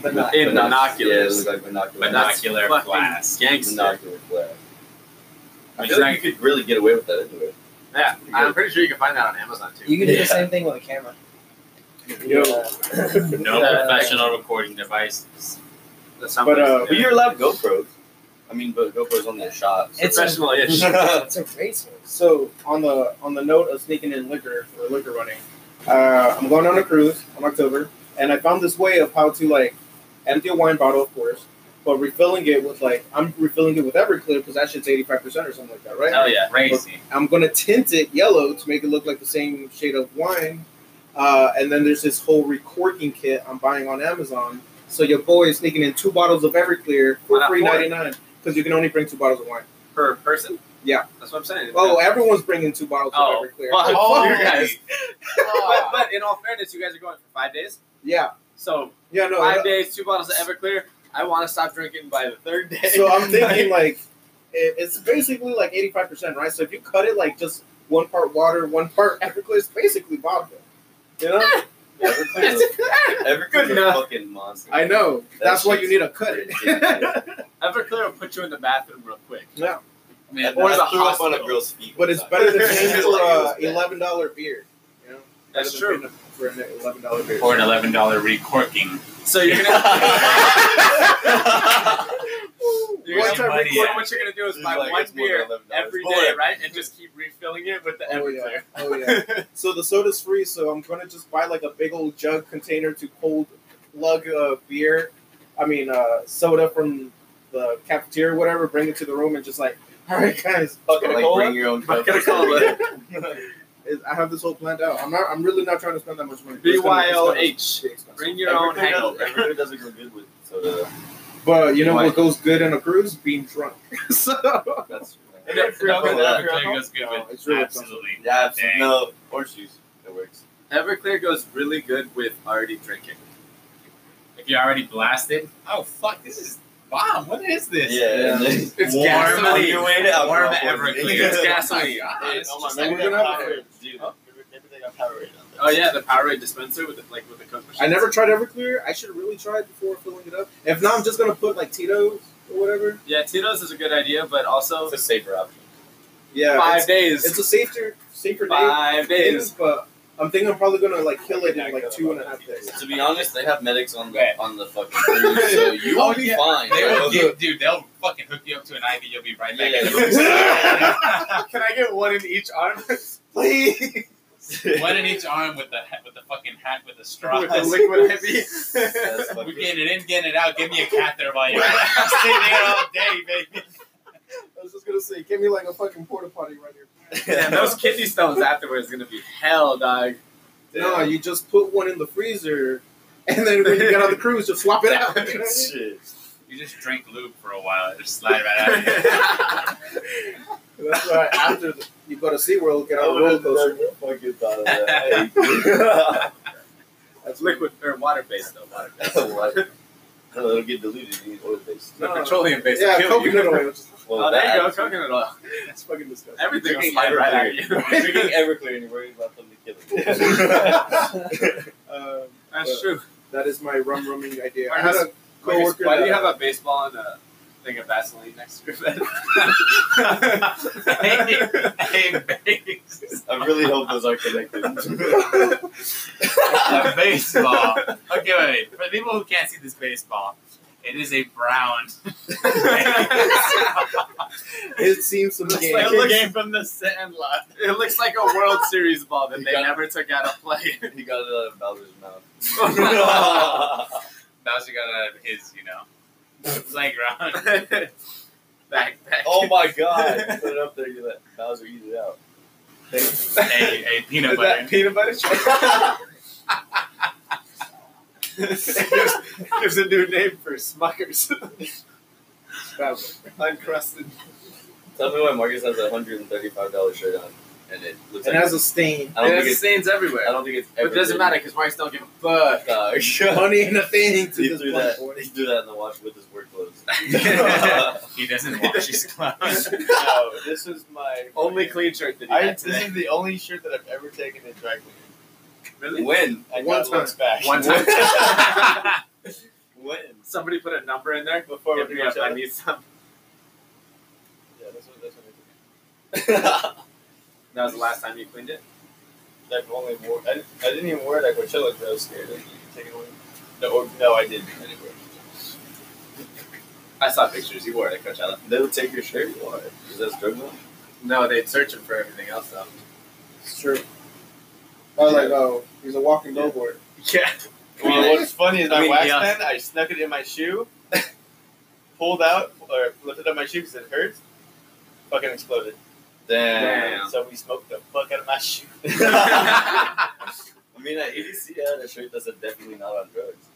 Speaker 10: But
Speaker 3: in
Speaker 10: not.
Speaker 3: binoculars.
Speaker 6: Yeah, it looks like binoculars.
Speaker 3: That's
Speaker 4: Binocular
Speaker 3: fucking
Speaker 4: glass.
Speaker 3: Gangster.
Speaker 6: Binocular glass. I
Speaker 3: It's
Speaker 6: feel like
Speaker 3: like-
Speaker 6: you could really get away with that anyway.
Speaker 3: Yeah, I'm pretty sure you can find that on Amazon too.
Speaker 5: You could do
Speaker 6: Yeah.
Speaker 5: the same thing with a camera.
Speaker 1: Yo.
Speaker 5: Uh,
Speaker 4: No
Speaker 5: Yeah.
Speaker 4: professional recording devices.
Speaker 3: That's something-
Speaker 1: But, uh,
Speaker 6: But you're allowed GoPros. I mean, but GoPros only a shot. So.
Speaker 5: It's-
Speaker 3: professional-ish.
Speaker 5: Uh, it's a racer.
Speaker 1: So on the on the note of sneaking in liquor or liquor running, uh, I'm going on a cruise on October, and I found this way of how to like empty a wine bottle, of course, but refilling it with like I'm refilling it with Everclear because that shit's 85 percent or something like that, right?
Speaker 6: Hell yeah.
Speaker 4: Crazy.
Speaker 1: I'm gonna tint it yellow to make it look like the same shade of wine. Uh, and then there's this whole recorking kit I'm buying on Amazon. So your boy is sneaking in two bottles of Everclear
Speaker 3: Why
Speaker 1: for
Speaker 3: not
Speaker 1: three
Speaker 3: four?
Speaker 1: ninety nine because you can only bring two bottles of wine.
Speaker 3: per person?
Speaker 1: Yeah.
Speaker 3: That's what I'm saying.
Speaker 1: Oh, everyone's bringing two bottles
Speaker 3: Oh.
Speaker 1: of Everclear.
Speaker 3: Fuck
Speaker 10: Oh.
Speaker 3: you guys. but, but in all fairness, you guys are going for five days.
Speaker 1: Yeah,
Speaker 3: So
Speaker 1: yeah, no.
Speaker 3: five
Speaker 1: it-
Speaker 3: days, two bottles of Everclear. I want to stop drinking by the third day.
Speaker 1: So I'm thinking like it, it's basically like 85%, right? So if you cut it like just one part water, one part Everclear, it's basically vodka. You know?
Speaker 6: Everclear's Everclear's a
Speaker 3: enough.
Speaker 6: fucking monster.
Speaker 1: I know.
Speaker 6: That
Speaker 1: That's why you
Speaker 6: shit's
Speaker 1: need to cut it.
Speaker 6: ridiculous.
Speaker 3: Everclear will put you in the bathroom real quick.
Speaker 1: no,
Speaker 4: I mean,
Speaker 6: Or
Speaker 3: the
Speaker 6: I threw up on a
Speaker 3: hospital.
Speaker 6: girl's feet.
Speaker 1: but it's better than uh, paying
Speaker 6: It's
Speaker 1: for
Speaker 6: like it was
Speaker 1: a
Speaker 6: bad.
Speaker 1: eleven dollar beer. You know,
Speaker 3: That's
Speaker 1: Better
Speaker 3: true.
Speaker 1: than paying For an eleven dollar beer.
Speaker 4: or an eleven dollar recorking.
Speaker 3: So you're gonna. You're
Speaker 4: Where's
Speaker 3: gonna
Speaker 4: your money
Speaker 3: record
Speaker 4: at?
Speaker 3: what you're gonna do is
Speaker 6: It's
Speaker 3: buy
Speaker 6: like,
Speaker 3: one
Speaker 6: it's more
Speaker 3: beer
Speaker 6: than $11
Speaker 3: every
Speaker 6: more.
Speaker 3: day, right? And just keep refilling it with the
Speaker 1: Oh, yeah.
Speaker 3: Everclear.
Speaker 1: Oh yeah. So the soda's free. So I'm gonna just buy like a big old jug container to cold plug uh, beer. I mean, uh, soda from the cafeteria, or whatever. Bring it to the room and just like, all right, guys.
Speaker 6: Fucking like
Speaker 1: Coca-Cola?
Speaker 6: bring your own cup.
Speaker 3: Bucket of cola.
Speaker 1: Is- I have this whole planned out. I'm not. I'm really not trying to spend that much money. It's gonna- it's gonna be
Speaker 3: BYOH.
Speaker 1: expensive.
Speaker 3: Bring your own
Speaker 6: Everclear does-
Speaker 3: hangover.
Speaker 6: Everclear doesn't go good with soda.
Speaker 1: But you know
Speaker 6: Why?
Speaker 1: what goes good on a cruise? Being drunk. so
Speaker 6: That's
Speaker 3: And if you're
Speaker 6: Everclear-
Speaker 3: up there-
Speaker 4: Everclear goes good
Speaker 1: No,
Speaker 4: with
Speaker 1: it's really
Speaker 4: absolutely.
Speaker 6: Yeah, absolutely.
Speaker 4: Dang.
Speaker 6: No, orange juice. It works.
Speaker 3: Everclear goes really good with already drinking.
Speaker 4: If you're already blasted, oh fuck, this is bomb. What is this?
Speaker 6: Yeah, and then-
Speaker 3: It's
Speaker 4: Warm
Speaker 3: gasoline.
Speaker 6: on your way to alcohol
Speaker 4: Warm
Speaker 6: poisoning.
Speaker 4: Everclear.
Speaker 3: It's gasoline.
Speaker 4: Hey, it's
Speaker 10: oh
Speaker 4: just
Speaker 10: my,
Speaker 4: like
Speaker 10: maybe
Speaker 1: we're
Speaker 10: they
Speaker 1: gonna
Speaker 10: got
Speaker 1: have-
Speaker 10: Powerade, dude. Maybe they got Powerade on there.
Speaker 3: Oh yeah, the Powerade dispenser with the, like with the Coke machine.
Speaker 1: I never tried Everclear. I should really try it before filling it up. If not, I'm just gonna put like Tito's or whatever.
Speaker 3: Yeah, Tito's is a good idea, but also
Speaker 6: It's a safer option.
Speaker 1: Yeah.
Speaker 3: five
Speaker 1: it's-
Speaker 3: days.
Speaker 1: It's a safer, safer name.
Speaker 3: five
Speaker 1: days,
Speaker 3: days.
Speaker 1: but I'm thinking I'm probably gonna like kill it in like two and a half days.
Speaker 6: To be honest, they have medics on
Speaker 4: Okay.
Speaker 6: the on the fucking cruise, so you
Speaker 4: Oh,
Speaker 6: will be
Speaker 4: yeah.
Speaker 6: fine.
Speaker 4: They
Speaker 6: bro.
Speaker 4: will give, dude. They'll fucking hook you up to an IV. You'll be right back.
Speaker 6: Yeah.
Speaker 4: You'll be so-
Speaker 3: Can I get one in each arm?
Speaker 1: Please.
Speaker 4: One in each arm with the with the fucking hat with the straw.
Speaker 3: with the liquid heavy.
Speaker 6: That's
Speaker 4: We're
Speaker 6: fucking-
Speaker 4: getting it in, getting it out. Give me a catheter while you're I'm sitting here all day, baby.
Speaker 1: I was just gonna say, give me like a fucking porta potty right here.
Speaker 3: Man, those kidney stones afterwards is gonna be hell, dog.
Speaker 1: No, you just put one in the freezer, and then when you get on the cruise, just swap it out. You know what I mean?
Speaker 6: Shit.
Speaker 4: You just drink lube for a while. It just slide right out. Of you.
Speaker 1: That's why after the, you go to SeaWorld, get
Speaker 6: I
Speaker 1: on
Speaker 3: Oh,
Speaker 1: a roller
Speaker 6: would've
Speaker 1: coaster.
Speaker 6: never Oh, fucking thought of that.
Speaker 3: That's liquid or water based though. Water based.
Speaker 6: What? No, it'll get diluted. You need oil based.
Speaker 1: No.
Speaker 3: petroleum based.
Speaker 1: Yeah,
Speaker 3: kill you.
Speaker 1: coconut oil.
Speaker 6: Well,
Speaker 3: Oh, there you go,
Speaker 6: that's-
Speaker 3: coconut oil.
Speaker 1: That's fucking disgusting.
Speaker 3: Everything will
Speaker 6: Drinking
Speaker 3: slide right out of you.
Speaker 6: Everclear. You're drinking Everclear and you're worried about them to kill
Speaker 1: That's Um,
Speaker 3: That's true.
Speaker 1: that is my rum rumming idea. I
Speaker 3: Why
Speaker 1: had
Speaker 3: does-
Speaker 1: a coworker.
Speaker 3: Why do you
Speaker 1: that-
Speaker 3: have a baseball and a thing of Vaseline next to your bed?
Speaker 4: hey, babes.
Speaker 6: I really hope those are connected.
Speaker 4: A baseball. Okay, wait, wait. For people who can't see this baseball, it is a brown.
Speaker 1: It seems some
Speaker 3: Looks
Speaker 1: game.
Speaker 3: like a game
Speaker 4: from the Sandlot.
Speaker 3: It looks like a World Series ball that
Speaker 6: You
Speaker 3: they
Speaker 6: got it.
Speaker 3: never took out of play.
Speaker 6: he got it out of Bowser's mouth.
Speaker 4: Bowser got out of his, you know, playground.
Speaker 3: back, back.
Speaker 6: oh my god! Put it up there, you let Bowser eat it out.
Speaker 4: a, a peanut
Speaker 3: Is
Speaker 4: butter.
Speaker 3: that peanut butter? gives, gives a new name for Smuckers. Uncrusted.
Speaker 6: Tell me why Marcus has a hundred and thirty-five dollar shirt on.
Speaker 11: and it looks
Speaker 1: and
Speaker 11: like
Speaker 1: has a stain.
Speaker 11: I don't
Speaker 3: There's
Speaker 11: think it's.
Speaker 3: stains everywhere.
Speaker 11: I don't think it's.
Speaker 3: But
Speaker 11: Ever
Speaker 3: it doesn't matter because Mark's don't give a fuck.
Speaker 1: Money and a thing to
Speaker 11: He
Speaker 1: this
Speaker 11: threw
Speaker 1: black
Speaker 11: that.
Speaker 1: boy.
Speaker 11: He threw that in the wash with his work clothes.
Speaker 4: He doesn't wash his clothes.
Speaker 6: no, this is my
Speaker 3: Only clean shirt that he
Speaker 6: I,
Speaker 3: had
Speaker 6: this
Speaker 3: today.
Speaker 6: is the only shirt that I've ever taken in dry cleaning.
Speaker 11: when?
Speaker 6: I
Speaker 1: One
Speaker 6: got looks back.
Speaker 3: One time.
Speaker 6: when?
Speaker 3: Somebody put a number in there.
Speaker 6: Before
Speaker 3: Hit
Speaker 6: we
Speaker 3: me up,
Speaker 6: reach out.
Speaker 3: I need some.
Speaker 6: Yeah, that's what, that's what
Speaker 3: That was the last time you cleaned it.
Speaker 6: I did. I've only wore. I, I didn't even wear it at Coachella because I was scared. Like, you take it away. No, or, no, I didn't. I didn't wear it.
Speaker 3: I saw pictures. You wore it at Coachella.
Speaker 11: They would take your shirt. Why? Is that drug law?
Speaker 3: No, they'd search him for everything else though.
Speaker 1: It's true. I was like, oh, he's a walking billboard.
Speaker 3: Yeah.
Speaker 6: Well, what's funny is
Speaker 11: I
Speaker 6: my
Speaker 11: mean,
Speaker 6: wax
Speaker 11: yeah.
Speaker 6: pen. I snuck it in my shoe, pulled out or lifted up my shoe because it hurts. Fucking exploded.
Speaker 11: Damn.
Speaker 6: So we smoked the fuck out of my shoe.
Speaker 11: I mean, at EDC, I had a shirt that said definitely not on drugs.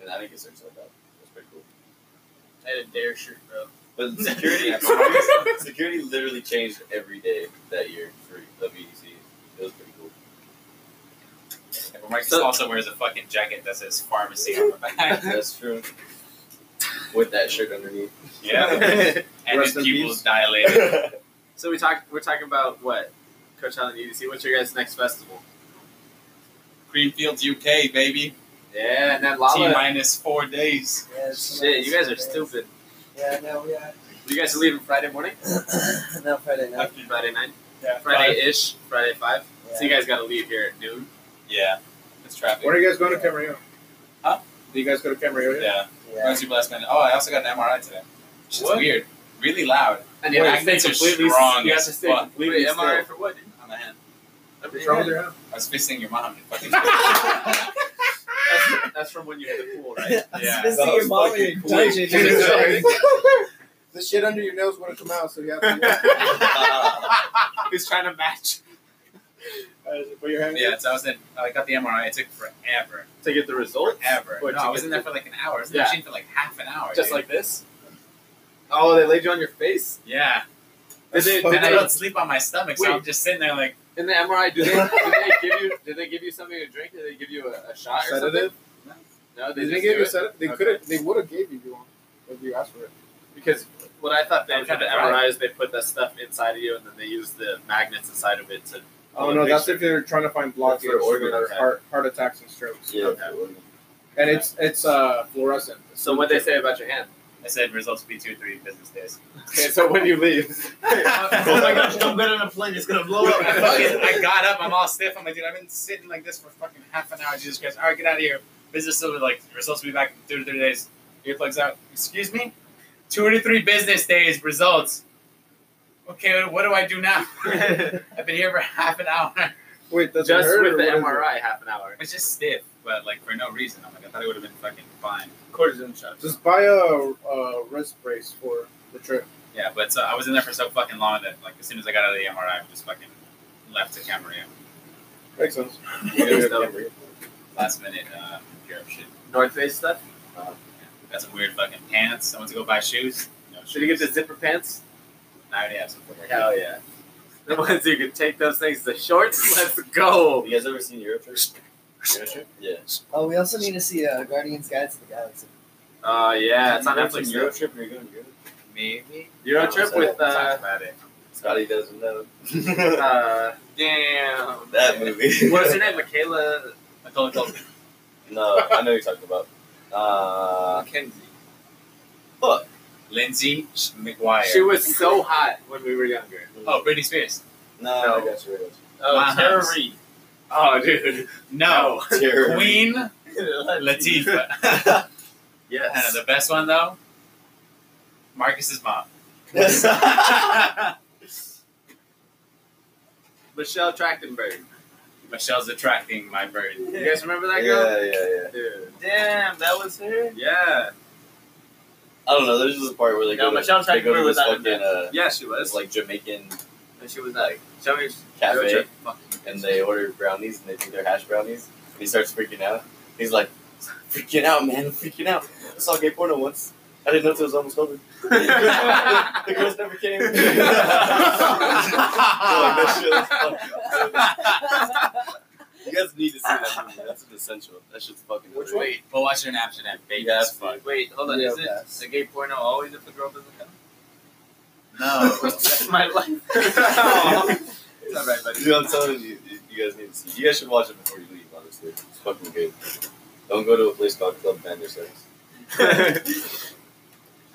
Speaker 11: And I didn't get searched like that. That's pretty cool.
Speaker 3: I had a dare shirt, bro.
Speaker 11: But security, security literally changed every day that year for of EDC. It was pretty cool.
Speaker 4: But Marcus also wears a fucking jacket that says pharmacy on the back.
Speaker 11: That's true. With that shirt underneath.
Speaker 4: Yeah. And his
Speaker 1: Rest in
Speaker 4: pupils
Speaker 1: peace.
Speaker 4: dilated.
Speaker 3: So we talk. We're talking about what Coachella and EDC. What's your guys' next festival?
Speaker 4: Greenfields, UK, baby.
Speaker 3: Yeah, and then
Speaker 4: T
Speaker 3: Lala.
Speaker 4: minus four days.
Speaker 5: Yeah, it's
Speaker 3: Shit, you guys are
Speaker 5: nice.
Speaker 3: stupid.
Speaker 5: Yeah, no, we are.
Speaker 3: You guys are leaving Friday morning,
Speaker 5: no, Friday night.
Speaker 3: Friday night,
Speaker 4: Yeah.
Speaker 3: Friday ish, Friday five.
Speaker 5: Yeah.
Speaker 3: So you guys got to leave here at noon.
Speaker 4: Yeah. It's traffic.
Speaker 1: When are you guys going to Camarillo?
Speaker 4: Huh?
Speaker 1: Do you guys go to Camarillo? yet?
Speaker 4: yeah.
Speaker 5: yeah.
Speaker 4: Mercy blessed man. Oh, I also got an MRI today. Which is
Speaker 3: What?
Speaker 4: weird. Really loud
Speaker 3: And you have to
Speaker 4: Magnets
Speaker 3: stay
Speaker 4: are
Speaker 3: completely.
Speaker 4: strong
Speaker 3: you have
Speaker 4: as
Speaker 3: to stay
Speaker 4: fuck.
Speaker 3: completely
Speaker 1: Wait,
Speaker 3: still.
Speaker 1: MRI
Speaker 3: for what?
Speaker 4: on the hand.
Speaker 1: What's wrong with your house?
Speaker 4: I was fisting your mom. and Fucking
Speaker 3: That's, that's from when you hit the pool, right?
Speaker 5: I was
Speaker 4: Yeah,
Speaker 5: supposed to
Speaker 11: that
Speaker 5: see your
Speaker 11: was
Speaker 5: mom in
Speaker 11: fucking
Speaker 5: your
Speaker 11: cool.
Speaker 5: dungeon.
Speaker 11: Jesus.
Speaker 1: the shit under your nails wouldn't come out, so you have to.
Speaker 3: He's trying to match
Speaker 1: Uh, Put your hand.
Speaker 4: yeah, so I was in, I got the MRI. It took forever.
Speaker 3: to get the result.
Speaker 4: Forever.
Speaker 3: What,
Speaker 4: no,
Speaker 3: to
Speaker 4: I
Speaker 3: get
Speaker 4: was in
Speaker 3: the-
Speaker 4: there for like an hour. I was in
Speaker 3: Yeah.
Speaker 4: the machine for like half an hour.
Speaker 3: Just
Speaker 4: dude.
Speaker 3: like this. Oh, they laid you on your face.
Speaker 4: Yeah.
Speaker 3: Did they,
Speaker 1: That's
Speaker 3: did
Speaker 4: And I
Speaker 3: they,
Speaker 4: don't sleep on my stomach, so
Speaker 3: Wait.
Speaker 4: I'm just sitting there like,
Speaker 3: in the MRI, did they, did they give you? Did they give you something to drink? Did they give you a, a shot or something?
Speaker 1: Sedative?
Speaker 3: No,
Speaker 1: They didn't
Speaker 3: they just
Speaker 1: give
Speaker 3: do
Speaker 1: you
Speaker 3: it.
Speaker 1: sedative. They
Speaker 3: Okay.
Speaker 1: could have. They would have gave you if you want, if you asked for it.
Speaker 3: Because what I thought they
Speaker 4: I'm
Speaker 3: did
Speaker 4: trying
Speaker 3: with the
Speaker 4: to drive.
Speaker 3: MRI is they put that stuff inside of you and then they use the magnets inside of it to.
Speaker 1: Oh no, that's if you're trying to find blockage
Speaker 11: That's for organ
Speaker 1: for
Speaker 11: attack.
Speaker 1: heart, heart attacks and strokes.
Speaker 11: yeah.
Speaker 1: And it's it's uh fluorescent.
Speaker 3: So what they say about your hand?
Speaker 4: I said results will be two or three business days.
Speaker 3: Okay, so when you leave,
Speaker 6: oh my gosh, don't get on a plane. It's gonna blow
Speaker 4: I,
Speaker 6: up.
Speaker 4: fucking, I got up. I'm all stiff. I'm like, dude, I've been sitting like this for fucking half an hour. Jesus Christ. All right, get out of here. Business still like results will be back in two to three days. Earplugs out. Excuse me. Two to three business days. Results. Okay, what do I do now? I've been here for half an hour.
Speaker 1: Wait, does it
Speaker 3: just
Speaker 1: hurt
Speaker 3: with
Speaker 1: or
Speaker 3: the
Speaker 1: what is it?
Speaker 3: MRI, half an hour.
Speaker 4: It's just stiff, but like for no reason. I'm like, I thought it would have been fucking fine.
Speaker 3: Cortisone shot.
Speaker 1: Just buy a, a wrist brace for the trip.
Speaker 4: Yeah, but so I was in there for so fucking long that like as soon as I got out of the MRI, I just fucking left to Camarillo.
Speaker 1: Makes sense.
Speaker 4: Last minute uh, Europe shit.
Speaker 3: North Face stuff.
Speaker 4: Got some weird fucking pants. I went to go buy shoes. No
Speaker 3: Should you get the zipper pants?
Speaker 4: I already have some footwear.
Speaker 3: Hell Oh, yeah. The ones you can take those things, the shorts. Let's go.
Speaker 11: You guys ever seen Europe? Yeah.
Speaker 5: Oh, we also need to see uh, Guardians Guide to the Galaxy.
Speaker 3: Oh yeah, it's on
Speaker 11: You ever seen
Speaker 3: Netflix.
Speaker 11: Europe
Speaker 3: though.
Speaker 11: trip, and you're going to Europe.
Speaker 4: Maybe.
Speaker 3: Euro trip
Speaker 11: Sorry,
Speaker 3: with uh,
Speaker 4: about it.
Speaker 11: Scotty doesn't know.
Speaker 3: uh, damn.
Speaker 11: that movie.
Speaker 3: What's her name? Michaela.
Speaker 4: I told, told
Speaker 11: No, I know you're talking about. Uh,
Speaker 3: Mackenzie.
Speaker 4: Lindsay McGuire.
Speaker 3: She was so hot when we were younger.
Speaker 4: oh, Britney Spears.
Speaker 11: no,
Speaker 3: No.
Speaker 11: I got you. I got
Speaker 3: Oh,
Speaker 4: Wow.
Speaker 3: Tara Reid. Oh, dude.
Speaker 4: No.
Speaker 11: you. Terror.
Speaker 4: Queen Latifah. I know,
Speaker 3: Yes.
Speaker 4: the best one though. Marcus's mom.
Speaker 3: Michelle Trachtenberg.
Speaker 4: Michelle's attracting my bird.
Speaker 3: You guys remember that girl?
Speaker 11: yeah, yeah, yeah.
Speaker 3: Dude.
Speaker 6: Damn, that was her.
Speaker 3: Yeah.
Speaker 11: I don't know. There's just a part where they
Speaker 6: No,
Speaker 11: go.
Speaker 6: Michelle
Speaker 11: to, they go
Speaker 6: Trachtenberg
Speaker 11: to
Speaker 6: was
Speaker 11: this
Speaker 6: not in
Speaker 11: fucking uh,
Speaker 3: Yeah, she
Speaker 11: this
Speaker 3: was.
Speaker 11: like Jamaican
Speaker 3: And she was like, show me.
Speaker 11: cafe,
Speaker 3: Fucking
Speaker 11: and they order brownies, and they think they're hash brownies. And he starts freaking out. He's like, freaking out, man, freaking out. I saw gay porno once.
Speaker 12: I didn't know it was almost over. the girls never came. They're like, "That shit was fucked up."
Speaker 6: You guys need to see that movie. That's an essential. That shit's fucking.
Speaker 12: Which
Speaker 6: hilarious.
Speaker 4: We'll watch it in Amsterdam. Baby
Speaker 6: Yeah,
Speaker 4: as fuck.
Speaker 3: Wait, hold on.
Speaker 5: Real
Speaker 3: Is it
Speaker 5: fast.
Speaker 3: the gay porno always if the girl doesn't come?
Speaker 4: No.
Speaker 3: That's my life.
Speaker 6: It's all right, buddy. Dude, I'm telling you, you- you guys need to see. You guys should watch it before you leave. Honestly, it's fucking good. Don't go to a place called Club Bandersnatch.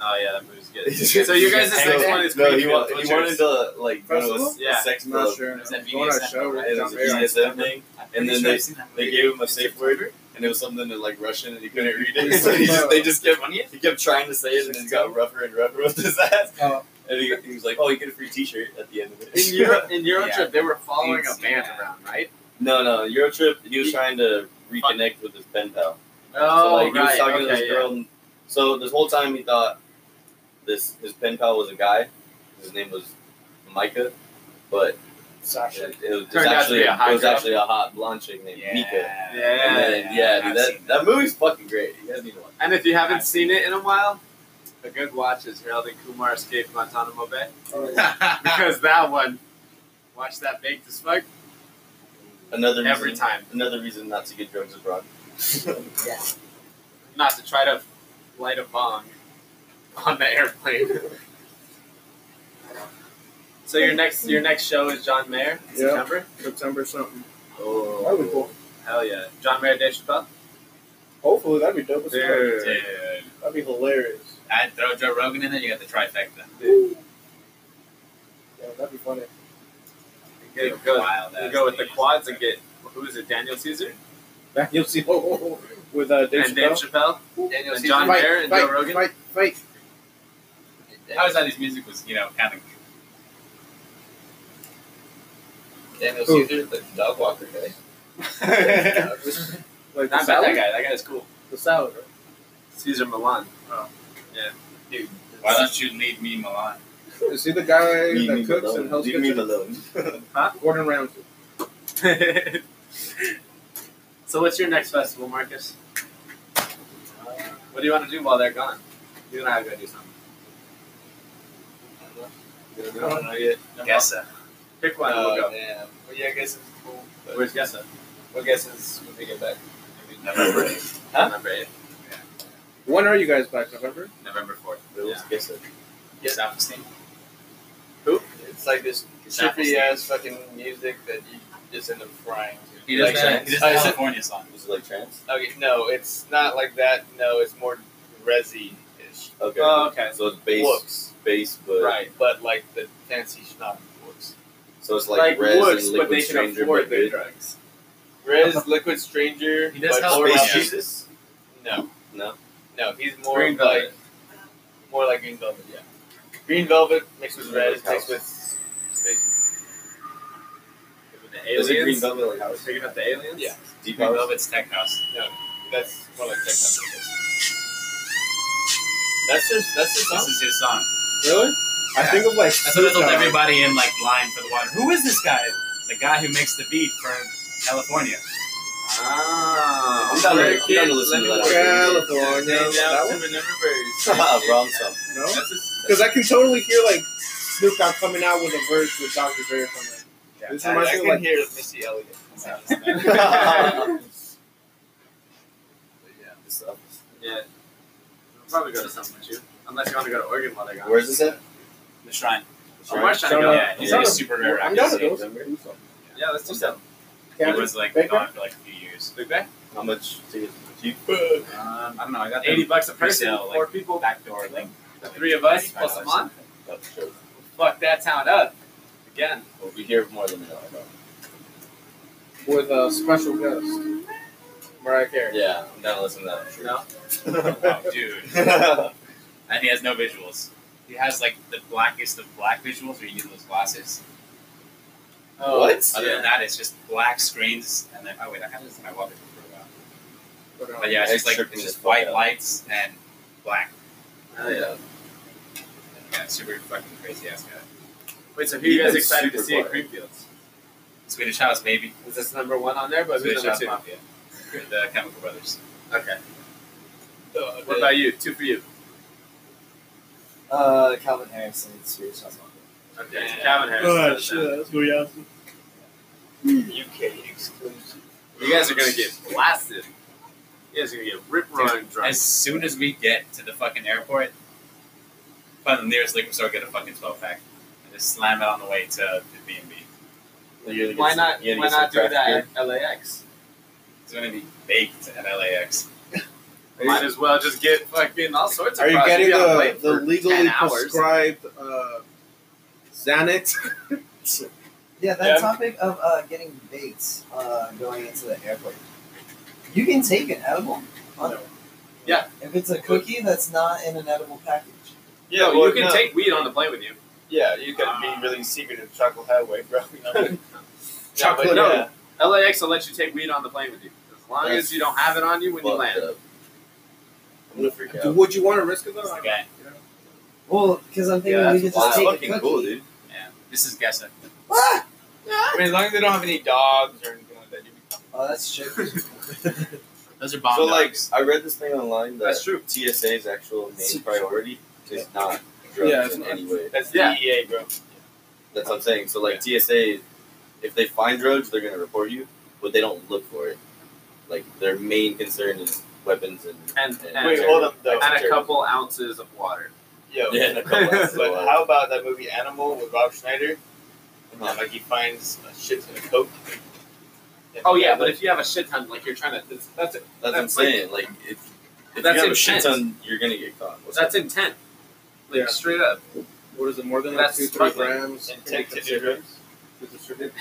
Speaker 3: Oh yeah, that movie's good. So you guys'
Speaker 6: So-
Speaker 3: next one is
Speaker 6: no, he,
Speaker 3: pre-filled,
Speaker 6: wa-
Speaker 3: what's
Speaker 6: he
Speaker 3: yours?
Speaker 6: wanted to like go to a s-
Speaker 1: Festival?
Speaker 3: Yeah.
Speaker 6: sex
Speaker 1: I'm not
Speaker 6: club.
Speaker 1: sure.
Speaker 4: Is that
Speaker 1: Going on a
Speaker 4: BDSM?
Speaker 1: show
Speaker 6: and
Speaker 1: right?
Speaker 6: It was a
Speaker 1: Very-
Speaker 6: BDSM thing, and then they, they gave him a safe word, and it was something in like Russian, and he couldn't read it. So he just, they just kept he kept trying to say it, and it got rougher and rougher with his ass.
Speaker 5: Oh.
Speaker 6: And he, he was like, "Oh, you get a free T-shirt at the end of it."
Speaker 3: in Euro in Eurotrip,
Speaker 4: Yeah.
Speaker 3: they were following a
Speaker 4: It's-
Speaker 3: band
Speaker 4: yeah.
Speaker 3: around, right?
Speaker 6: No, no, Eurotrip. He was trying to reconnect with his pen pal. so,
Speaker 3: Oh,
Speaker 6: like, he was
Speaker 3: right,
Speaker 6: talking to
Speaker 3: okay,
Speaker 6: this girl. And, so this whole time he thought this his pen pal was a guy. His name was Micah, but
Speaker 5: Sasha.
Speaker 6: it, it was it's
Speaker 3: Turned out to
Speaker 6: actually
Speaker 3: be a hot
Speaker 6: it was
Speaker 3: girl.
Speaker 6: actually a hot blonde chick named
Speaker 4: Yeah.
Speaker 6: Mika.
Speaker 3: Yeah.
Speaker 6: And then, yeah,
Speaker 4: I've
Speaker 6: dude, that,
Speaker 4: seen
Speaker 6: that movie's fucking great. You guys need to watch.
Speaker 3: And if you haven't seen it in a while, a good watch is Harold and Kumar Escape Guantanamo Bay because that one, watch that baked as fuck
Speaker 6: it. Another reason,
Speaker 3: every time.
Speaker 6: Another reason not to get drugs abroad.
Speaker 3: Not to try to light a bong on the airplane. So your next your next show is John Mayer in
Speaker 1: Yeah.
Speaker 3: September.
Speaker 1: September something.
Speaker 3: Oh,
Speaker 1: That'd be cool.
Speaker 3: Hell yeah, John Mayer, Dave Chappelle.
Speaker 1: Hopefully, that'd be dope as fuck.
Speaker 4: Dude.
Speaker 1: That'd be hilarious.
Speaker 4: I throw Joe Rogan in there, you got the trifecta.
Speaker 1: Yeah, that'd be funny.
Speaker 3: Go, go,
Speaker 4: Wild ass
Speaker 3: go with the
Speaker 4: dude.
Speaker 3: quads and get who is it? Daniel Caesar
Speaker 1: Back, you'll see. Oh, oh, oh. With uh, Dave
Speaker 3: and Dave
Speaker 1: Chappelle.
Speaker 3: Chappelle
Speaker 6: Daniel
Speaker 3: and John
Speaker 1: Fight,
Speaker 3: Mayer and
Speaker 1: fight,
Speaker 3: Joe Rogan.
Speaker 1: Fight, fight.
Speaker 4: I always thought his music was, you know, kind of
Speaker 6: Daniel
Speaker 1: Who?
Speaker 6: Caesar, the dog walker guy.
Speaker 1: Like the
Speaker 3: Not bad, that
Speaker 1: salad.
Speaker 3: guy. That guy's cool.
Speaker 1: The salad. right?
Speaker 3: Caesar Milan.
Speaker 4: dude. Why don't you leave me Milan?
Speaker 1: Is he the guy
Speaker 6: Leave me
Speaker 1: that cooks
Speaker 6: alone.
Speaker 1: in Hell's
Speaker 6: Leave me
Speaker 1: Kitchen?
Speaker 6: alone.
Speaker 1: Gordon Ramsay.
Speaker 3: so what's your next festival, Marcus? Uh, What do you want to do while they're gone? You and I gotta do something.
Speaker 6: I don't know yet.
Speaker 4: Guess so.
Speaker 3: Pick one. and
Speaker 6: Oh,
Speaker 3: we'll go.
Speaker 6: man. Well, yeah, I guess it's cool. But
Speaker 3: Where's Gessa?
Speaker 6: I guess it's when we get back.
Speaker 4: November
Speaker 6: Huh?
Speaker 3: November eighth.
Speaker 1: When are you guys back? November?
Speaker 4: November 4th.
Speaker 6: But let's guess it.
Speaker 4: Yes, Appelstein.
Speaker 12: It's like this trippy ass fucking music that you just end up frying to.
Speaker 4: He does
Speaker 12: Like,
Speaker 4: that. Oh, He does
Speaker 12: uh, is it-
Speaker 4: California song.
Speaker 6: Is it like trance?
Speaker 12: Okay, no, it's not like that. No, it's more resi ish,
Speaker 6: Okay.
Speaker 3: Oh, okay.
Speaker 6: so it's bass,
Speaker 12: Whoops.
Speaker 6: bass, but
Speaker 3: Right.
Speaker 12: but like the fancy schnob books.
Speaker 6: so it's like,
Speaker 3: Like,
Speaker 6: res
Speaker 3: woods,
Speaker 6: and
Speaker 3: but
Speaker 6: liquid
Speaker 3: they can
Speaker 6: stranger,
Speaker 3: afford
Speaker 6: but
Speaker 3: their
Speaker 6: good.
Speaker 3: drugs.
Speaker 12: Res, Liquid Stranger,
Speaker 4: He does
Speaker 12: but
Speaker 4: have
Speaker 12: more
Speaker 4: space
Speaker 12: like-
Speaker 4: shoes.
Speaker 6: Jesus.
Speaker 12: No,
Speaker 6: No.
Speaker 12: no, he's more
Speaker 3: Green
Speaker 12: like
Speaker 3: Velvet.
Speaker 12: more like Green Velvet. Yeah, Green Velvet mixed with
Speaker 6: Green
Speaker 12: Res,
Speaker 6: Velvet
Speaker 12: mixed
Speaker 6: House.
Speaker 12: with space.
Speaker 3: With The
Speaker 6: Is it Green
Speaker 3: aliens.
Speaker 6: Velvet like house?
Speaker 3: Figuring out the aliens.
Speaker 12: Yeah.
Speaker 6: Deep
Speaker 4: Green
Speaker 6: house.
Speaker 4: Velvet's Tech House.
Speaker 12: That's more like techno. That's just that's just
Speaker 4: This
Speaker 12: song.
Speaker 4: is his song.
Speaker 1: Really? I think of like.
Speaker 4: That's what I told
Speaker 1: Suicide.
Speaker 4: everybody in like line for the water. Who is this guy? The guy who makes the beat for California.
Speaker 3: Ah.
Speaker 6: I'm down to-
Speaker 3: Where
Speaker 6: I'm down to
Speaker 3: kids
Speaker 6: listen to
Speaker 3: let me
Speaker 6: that.
Speaker 3: work.
Speaker 1: California.
Speaker 3: Down
Speaker 1: That
Speaker 3: to
Speaker 1: one?
Speaker 6: Ah, Wrong song.
Speaker 1: No?
Speaker 3: That's just-
Speaker 1: Because I can totally hear like Snoop Dogg coming out with a verse with Dr. Dre or something. This
Speaker 12: I, I
Speaker 1: reminds me
Speaker 12: can
Speaker 1: of like
Speaker 12: hear Missy Elliott.
Speaker 6: But yeah, this stuff.
Speaker 3: Yeah. We'll probably go to something with you. Unless you want to go to Oregon while they're gone.
Speaker 6: Where's this at?
Speaker 4: The Shrine.
Speaker 3: Oh, where's
Speaker 1: Shrine.
Speaker 3: Shrine Go?
Speaker 4: Yeah, he's like
Speaker 1: Yeah.
Speaker 4: a super rare
Speaker 1: I'm
Speaker 4: rapper.
Speaker 1: down with those.
Speaker 6: November?
Speaker 3: Yeah, let's do something.
Speaker 4: He
Speaker 1: Can't-
Speaker 4: was like
Speaker 1: Baker?
Speaker 4: gone for like a few years.
Speaker 3: Big Bay?
Speaker 6: How much? tickets do you-
Speaker 4: Um, I don't know. I got
Speaker 3: 80
Speaker 4: the
Speaker 3: bucks a person,
Speaker 4: Resale, like-
Speaker 3: four people.
Speaker 4: back door link.
Speaker 3: The three of us plus
Speaker 4: $25
Speaker 3: Amon.
Speaker 6: That's true.
Speaker 3: Fuck that town up. Again.
Speaker 6: Oh, We'll be here for more than an hour. though.
Speaker 1: with a special guest, Mariah Carey.
Speaker 6: Yeah, I'm down to listen to that. I'm sure.
Speaker 3: No?
Speaker 4: Oh, dude. And he has no visuals. He has like the blackest of black visuals where you need those glasses.
Speaker 3: Oh,
Speaker 6: What?
Speaker 4: Other
Speaker 3: Yeah.
Speaker 4: than that, it's just black screens and then, oh wait, I had this in my wallpaper for a while. But yeah, it's
Speaker 6: It
Speaker 4: just like,
Speaker 6: tripped
Speaker 4: it's
Speaker 6: me
Speaker 4: just
Speaker 6: the fuck
Speaker 4: white
Speaker 6: out.
Speaker 4: lights and black.
Speaker 3: Oh, yeah.
Speaker 4: Yeah, super fucking crazy ass guy.
Speaker 3: Wait, so who are you guys
Speaker 6: He's
Speaker 3: excited to
Speaker 6: super
Speaker 3: see at
Speaker 6: quiet.
Speaker 3: Greenfields?
Speaker 4: Swedish House, baby.
Speaker 3: Is this number one on there? But who's
Speaker 4: Swedish
Speaker 3: number
Speaker 4: House
Speaker 3: two?
Speaker 4: Mafia. The Chemical Brothers.
Speaker 3: Oh, Okay. What about you? Two for you.
Speaker 5: Uh, Calvin Harris and Spears Johnson.
Speaker 3: Okay, it's Calvin
Speaker 1: Oh,
Speaker 3: Harris.
Speaker 6: UK exclusive.
Speaker 3: You guys are gonna get blasted. You guys are gonna get rip roaring drunk.
Speaker 4: As soon as we get to the fucking airport, find the nearest liquor store, get a fucking 12 pack, and just slam it on the way to the B and B.
Speaker 3: Why not? Why not do that at LAX?
Speaker 4: It's gonna be baked at LAX.
Speaker 3: Might as well just get fucking all sorts of.
Speaker 1: Are you
Speaker 3: products.
Speaker 1: getting
Speaker 3: Be on a
Speaker 1: the,
Speaker 3: plane
Speaker 1: the
Speaker 3: for 10
Speaker 1: legally
Speaker 3: hours.
Speaker 1: prescribed uh, Xanax?
Speaker 5: Yeah, that
Speaker 3: Yeah.
Speaker 5: topic of uh, getting baked uh, going into the airport. You can take an edible. on it.
Speaker 3: Yeah.
Speaker 5: If it's a cookie that's not in an edible package.
Speaker 3: Yeah,
Speaker 6: well,
Speaker 3: you can
Speaker 6: no.
Speaker 3: take weed on the plane with you.
Speaker 6: Yeah, you gotta be really secretive, chocolate highway, bro. You know? No, but
Speaker 3: Chocolate,
Speaker 6: yeah.
Speaker 3: no. LAX will let you take weed on the plane with you as long
Speaker 6: That's
Speaker 3: as you don't have it on you when you
Speaker 6: fucked
Speaker 3: land.
Speaker 6: up. I'm gonna freak out.
Speaker 1: Would you want to risk it though?
Speaker 4: This is the guy.
Speaker 5: Well, because I'm thinking
Speaker 6: yeah,
Speaker 5: we
Speaker 6: that's
Speaker 5: could
Speaker 6: wild.
Speaker 5: just take a
Speaker 6: fucking
Speaker 5: cookie.
Speaker 6: cool, dude.
Speaker 4: Yeah, this is guessing.
Speaker 5: Ah!
Speaker 6: I mean, as long as they don't have any dogs or anything like that. you'd be fine.
Speaker 5: Oh, that's true.
Speaker 4: Those are bomb
Speaker 6: so, like,
Speaker 4: dogs.
Speaker 6: I read this thing online that
Speaker 3: That's true.
Speaker 6: TSA's actual
Speaker 5: It's-
Speaker 6: main priority is not drugs
Speaker 1: Yeah, it's
Speaker 6: in
Speaker 1: not-
Speaker 6: any way.
Speaker 3: That's
Speaker 11: Yeah.
Speaker 3: yeah.
Speaker 11: EA, bro.
Speaker 6: That's what I'm saying. So, like, TSA, if they find drugs, they're gonna report you, but they don't look for it. Like, their main concern is weapons and
Speaker 3: And, and,
Speaker 6: Wait,
Speaker 11: Wait, hold up, though.
Speaker 3: and a couple ounces of water.
Speaker 11: Yo,
Speaker 6: yeah, and a couple ounces of
Speaker 11: but
Speaker 6: water.
Speaker 11: how about that movie Animal with Rob Schneider? And then, like, he finds
Speaker 6: uh,
Speaker 11: a shit ton of coke. And
Speaker 3: Oh yeah, but
Speaker 11: like,
Speaker 3: if you have a shit ton, like you're trying to, that's, that's it.
Speaker 6: That's, what I'm
Speaker 3: That's like-
Speaker 6: saying. Like, if, if
Speaker 3: That's
Speaker 6: you have a
Speaker 3: intense.
Speaker 6: shit ton, you're gonna get caught. What's
Speaker 3: That's
Speaker 6: that?
Speaker 3: intent. Like
Speaker 1: Yeah.
Speaker 3: straight up.
Speaker 1: What is it? More than like
Speaker 3: That's
Speaker 1: two, three
Speaker 3: smuggling.
Speaker 1: grams.
Speaker 11: intent to do drugs.
Speaker 1: to distribute?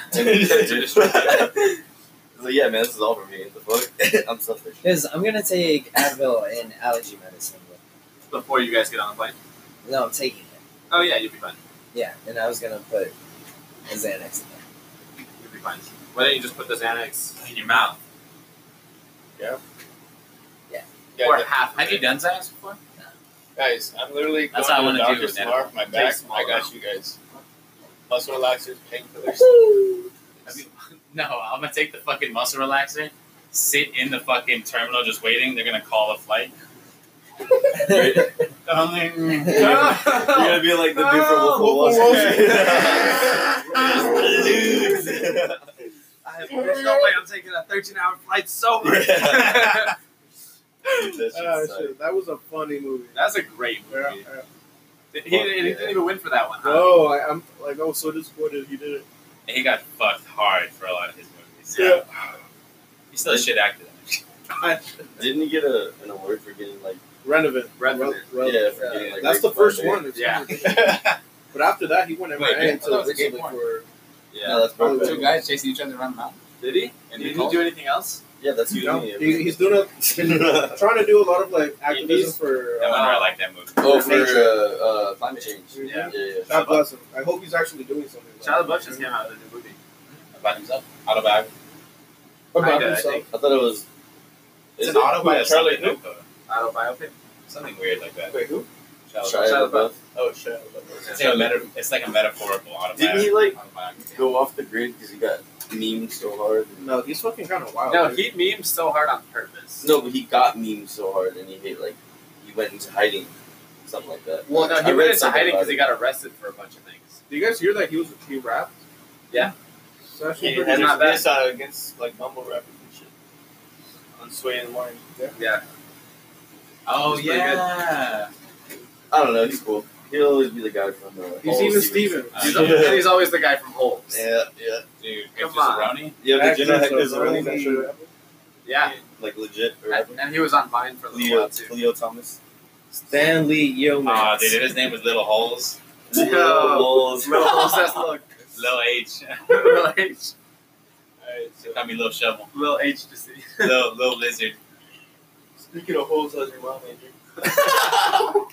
Speaker 6: so yeah, man, this is all for me. The fuck, I'm selfish.
Speaker 5: Because I'm gonna take Advil and allergy medicine. But
Speaker 3: before you guys get on the plane.
Speaker 5: no, I'm taking it.
Speaker 3: Oh yeah, you'll be fine.
Speaker 5: Yeah, and I was gonna put a Xanax in there.
Speaker 3: You'll be fine. Why don't you just put the Xanax
Speaker 4: in your mouth.
Speaker 11: Yeah,
Speaker 3: or
Speaker 11: but-
Speaker 3: half?
Speaker 4: Have you done Zions before?
Speaker 11: guys, I'm literally
Speaker 4: That's
Speaker 11: going
Speaker 4: what
Speaker 11: to
Speaker 4: I
Speaker 11: the
Speaker 4: wanna
Speaker 11: doctor
Speaker 4: do with
Speaker 11: tomorrow for my back.
Speaker 3: Take
Speaker 11: I got
Speaker 3: small
Speaker 11: you guys. Muscle relaxers, painkillers.
Speaker 4: Have you? No, I'm gonna take the fucking muscle relaxer, sit in the fucking terminal just waiting. They're gonna call a flight. I'm like, mm.
Speaker 6: You're gonna be like the dude from Wolf of Wall
Speaker 1: Wolf of
Speaker 6: Street.
Speaker 3: I have there's no way I'm taking a 13 hour flight sober.
Speaker 6: Yeah. That shit
Speaker 1: Ah,
Speaker 6: sucked.
Speaker 1: shit, that was a funny movie.
Speaker 3: That's a great
Speaker 1: Yeah,
Speaker 3: movie.
Speaker 1: yeah.
Speaker 3: He, he didn't even win for that one. Huh?
Speaker 1: Oh, I, I'm like, oh, so disappointed he did it.
Speaker 4: And he got fucked hard for a lot of his movies.
Speaker 1: Yeah.
Speaker 4: He's still a shit actor.
Speaker 6: Didn't he get a, an award for getting like
Speaker 1: Renovant.
Speaker 3: Revenant.
Speaker 1: Re- re-
Speaker 6: yeah, for getting like
Speaker 1: That's
Speaker 6: raped
Speaker 1: the
Speaker 6: by
Speaker 1: first
Speaker 6: a bear.
Speaker 1: one. it's
Speaker 3: Yeah.
Speaker 1: kinda ridiculous. But after that, he went
Speaker 4: Wait,
Speaker 1: MIA
Speaker 3: that
Speaker 1: until
Speaker 3: was a good
Speaker 1: recently for.
Speaker 6: Yeah, no, that's perfect.
Speaker 1: Two
Speaker 4: guys chasing each other around the mountain.
Speaker 3: Did he?
Speaker 4: And
Speaker 3: Did he do anything else?
Speaker 6: Yeah, that's you.
Speaker 1: You know, he, he's doing a, trying to do a lot of like activism
Speaker 3: he's-
Speaker 1: for.
Speaker 4: No wonder
Speaker 1: Uh,
Speaker 4: I like that movie.
Speaker 6: oh, for uh, uh, climate change.
Speaker 3: Yeah.
Speaker 6: yeah.
Speaker 1: God bless him. I hope he's actually doing something. like
Speaker 3: Child
Speaker 1: that.
Speaker 3: Buff just came out with a new movie.
Speaker 4: About himself. Autobiography.
Speaker 1: About
Speaker 3: I did, I
Speaker 1: himself.
Speaker 3: think.
Speaker 6: I thought it was.
Speaker 4: It's
Speaker 6: Is
Speaker 4: an
Speaker 6: it?
Speaker 4: autobiography.
Speaker 11: Charlie
Speaker 4: something like that.
Speaker 3: Autobiopic.
Speaker 4: Something weird like that.
Speaker 11: Wait, who?
Speaker 4: Charlie-
Speaker 6: Shia
Speaker 3: Shia
Speaker 6: LaBeouf.
Speaker 11: Oh, shit.
Speaker 4: It's like, a meta- it's like a metaphorical autobiography.
Speaker 6: Didn't he like
Speaker 4: Autobiography.
Speaker 6: go off the grid because he got memed so hard?
Speaker 1: No, he's fucking kind of wild.
Speaker 3: No,
Speaker 1: dude.
Speaker 3: he memes so hard on purpose.
Speaker 6: No, but he got memed so hard and he hit, like he went into hiding, something like that.
Speaker 3: Well, no,
Speaker 6: I
Speaker 3: he
Speaker 6: read
Speaker 3: went into
Speaker 6: something
Speaker 3: hiding
Speaker 6: about
Speaker 3: because he
Speaker 6: it.
Speaker 3: got arrested for a bunch of things.
Speaker 1: Do you guys hear that he was he rapped?
Speaker 3: Yeah.
Speaker 1: It's actually
Speaker 11: He
Speaker 1: pretty
Speaker 11: had
Speaker 3: It's not
Speaker 11: his
Speaker 3: bad.
Speaker 11: piss out against, like, mumble rappers and shit. On Sway in the Morning.
Speaker 3: Yeah.
Speaker 4: Oh,
Speaker 3: It's pretty
Speaker 4: yeah.
Speaker 6: I don't know. He's cool. He'll always be the guy from. Uh,
Speaker 1: He's
Speaker 6: Hall
Speaker 1: even
Speaker 6: Stevens.
Speaker 1: Steven.
Speaker 4: Uh,
Speaker 3: He's, al- and he's always the guy from Holmes.
Speaker 6: Yeah, yeah,
Speaker 4: Dude,
Speaker 3: Come
Speaker 4: Victor
Speaker 3: on.
Speaker 4: Zeroni?
Speaker 6: yeah. But you know,
Speaker 1: Actors
Speaker 6: Hector's
Speaker 1: are
Speaker 6: a
Speaker 1: really
Speaker 6: really
Speaker 1: good.
Speaker 3: Yeah.
Speaker 6: like legit. Or
Speaker 3: And, and he was on Vine for a little
Speaker 6: Leo,
Speaker 3: while too.
Speaker 6: Leo Thomas.
Speaker 1: Stan Lee Yeoman.
Speaker 4: Ah, dude, his name was Little Holes.
Speaker 3: Yo.
Speaker 6: Leo Walls.
Speaker 3: Little Holmes says look.
Speaker 4: Little H.
Speaker 3: Little H.
Speaker 11: Alright, so.
Speaker 4: Call me Little Shovel.
Speaker 3: Little H to see.
Speaker 4: Little, little Lizard.
Speaker 11: Speaking of holes, how's your mom, Andrew?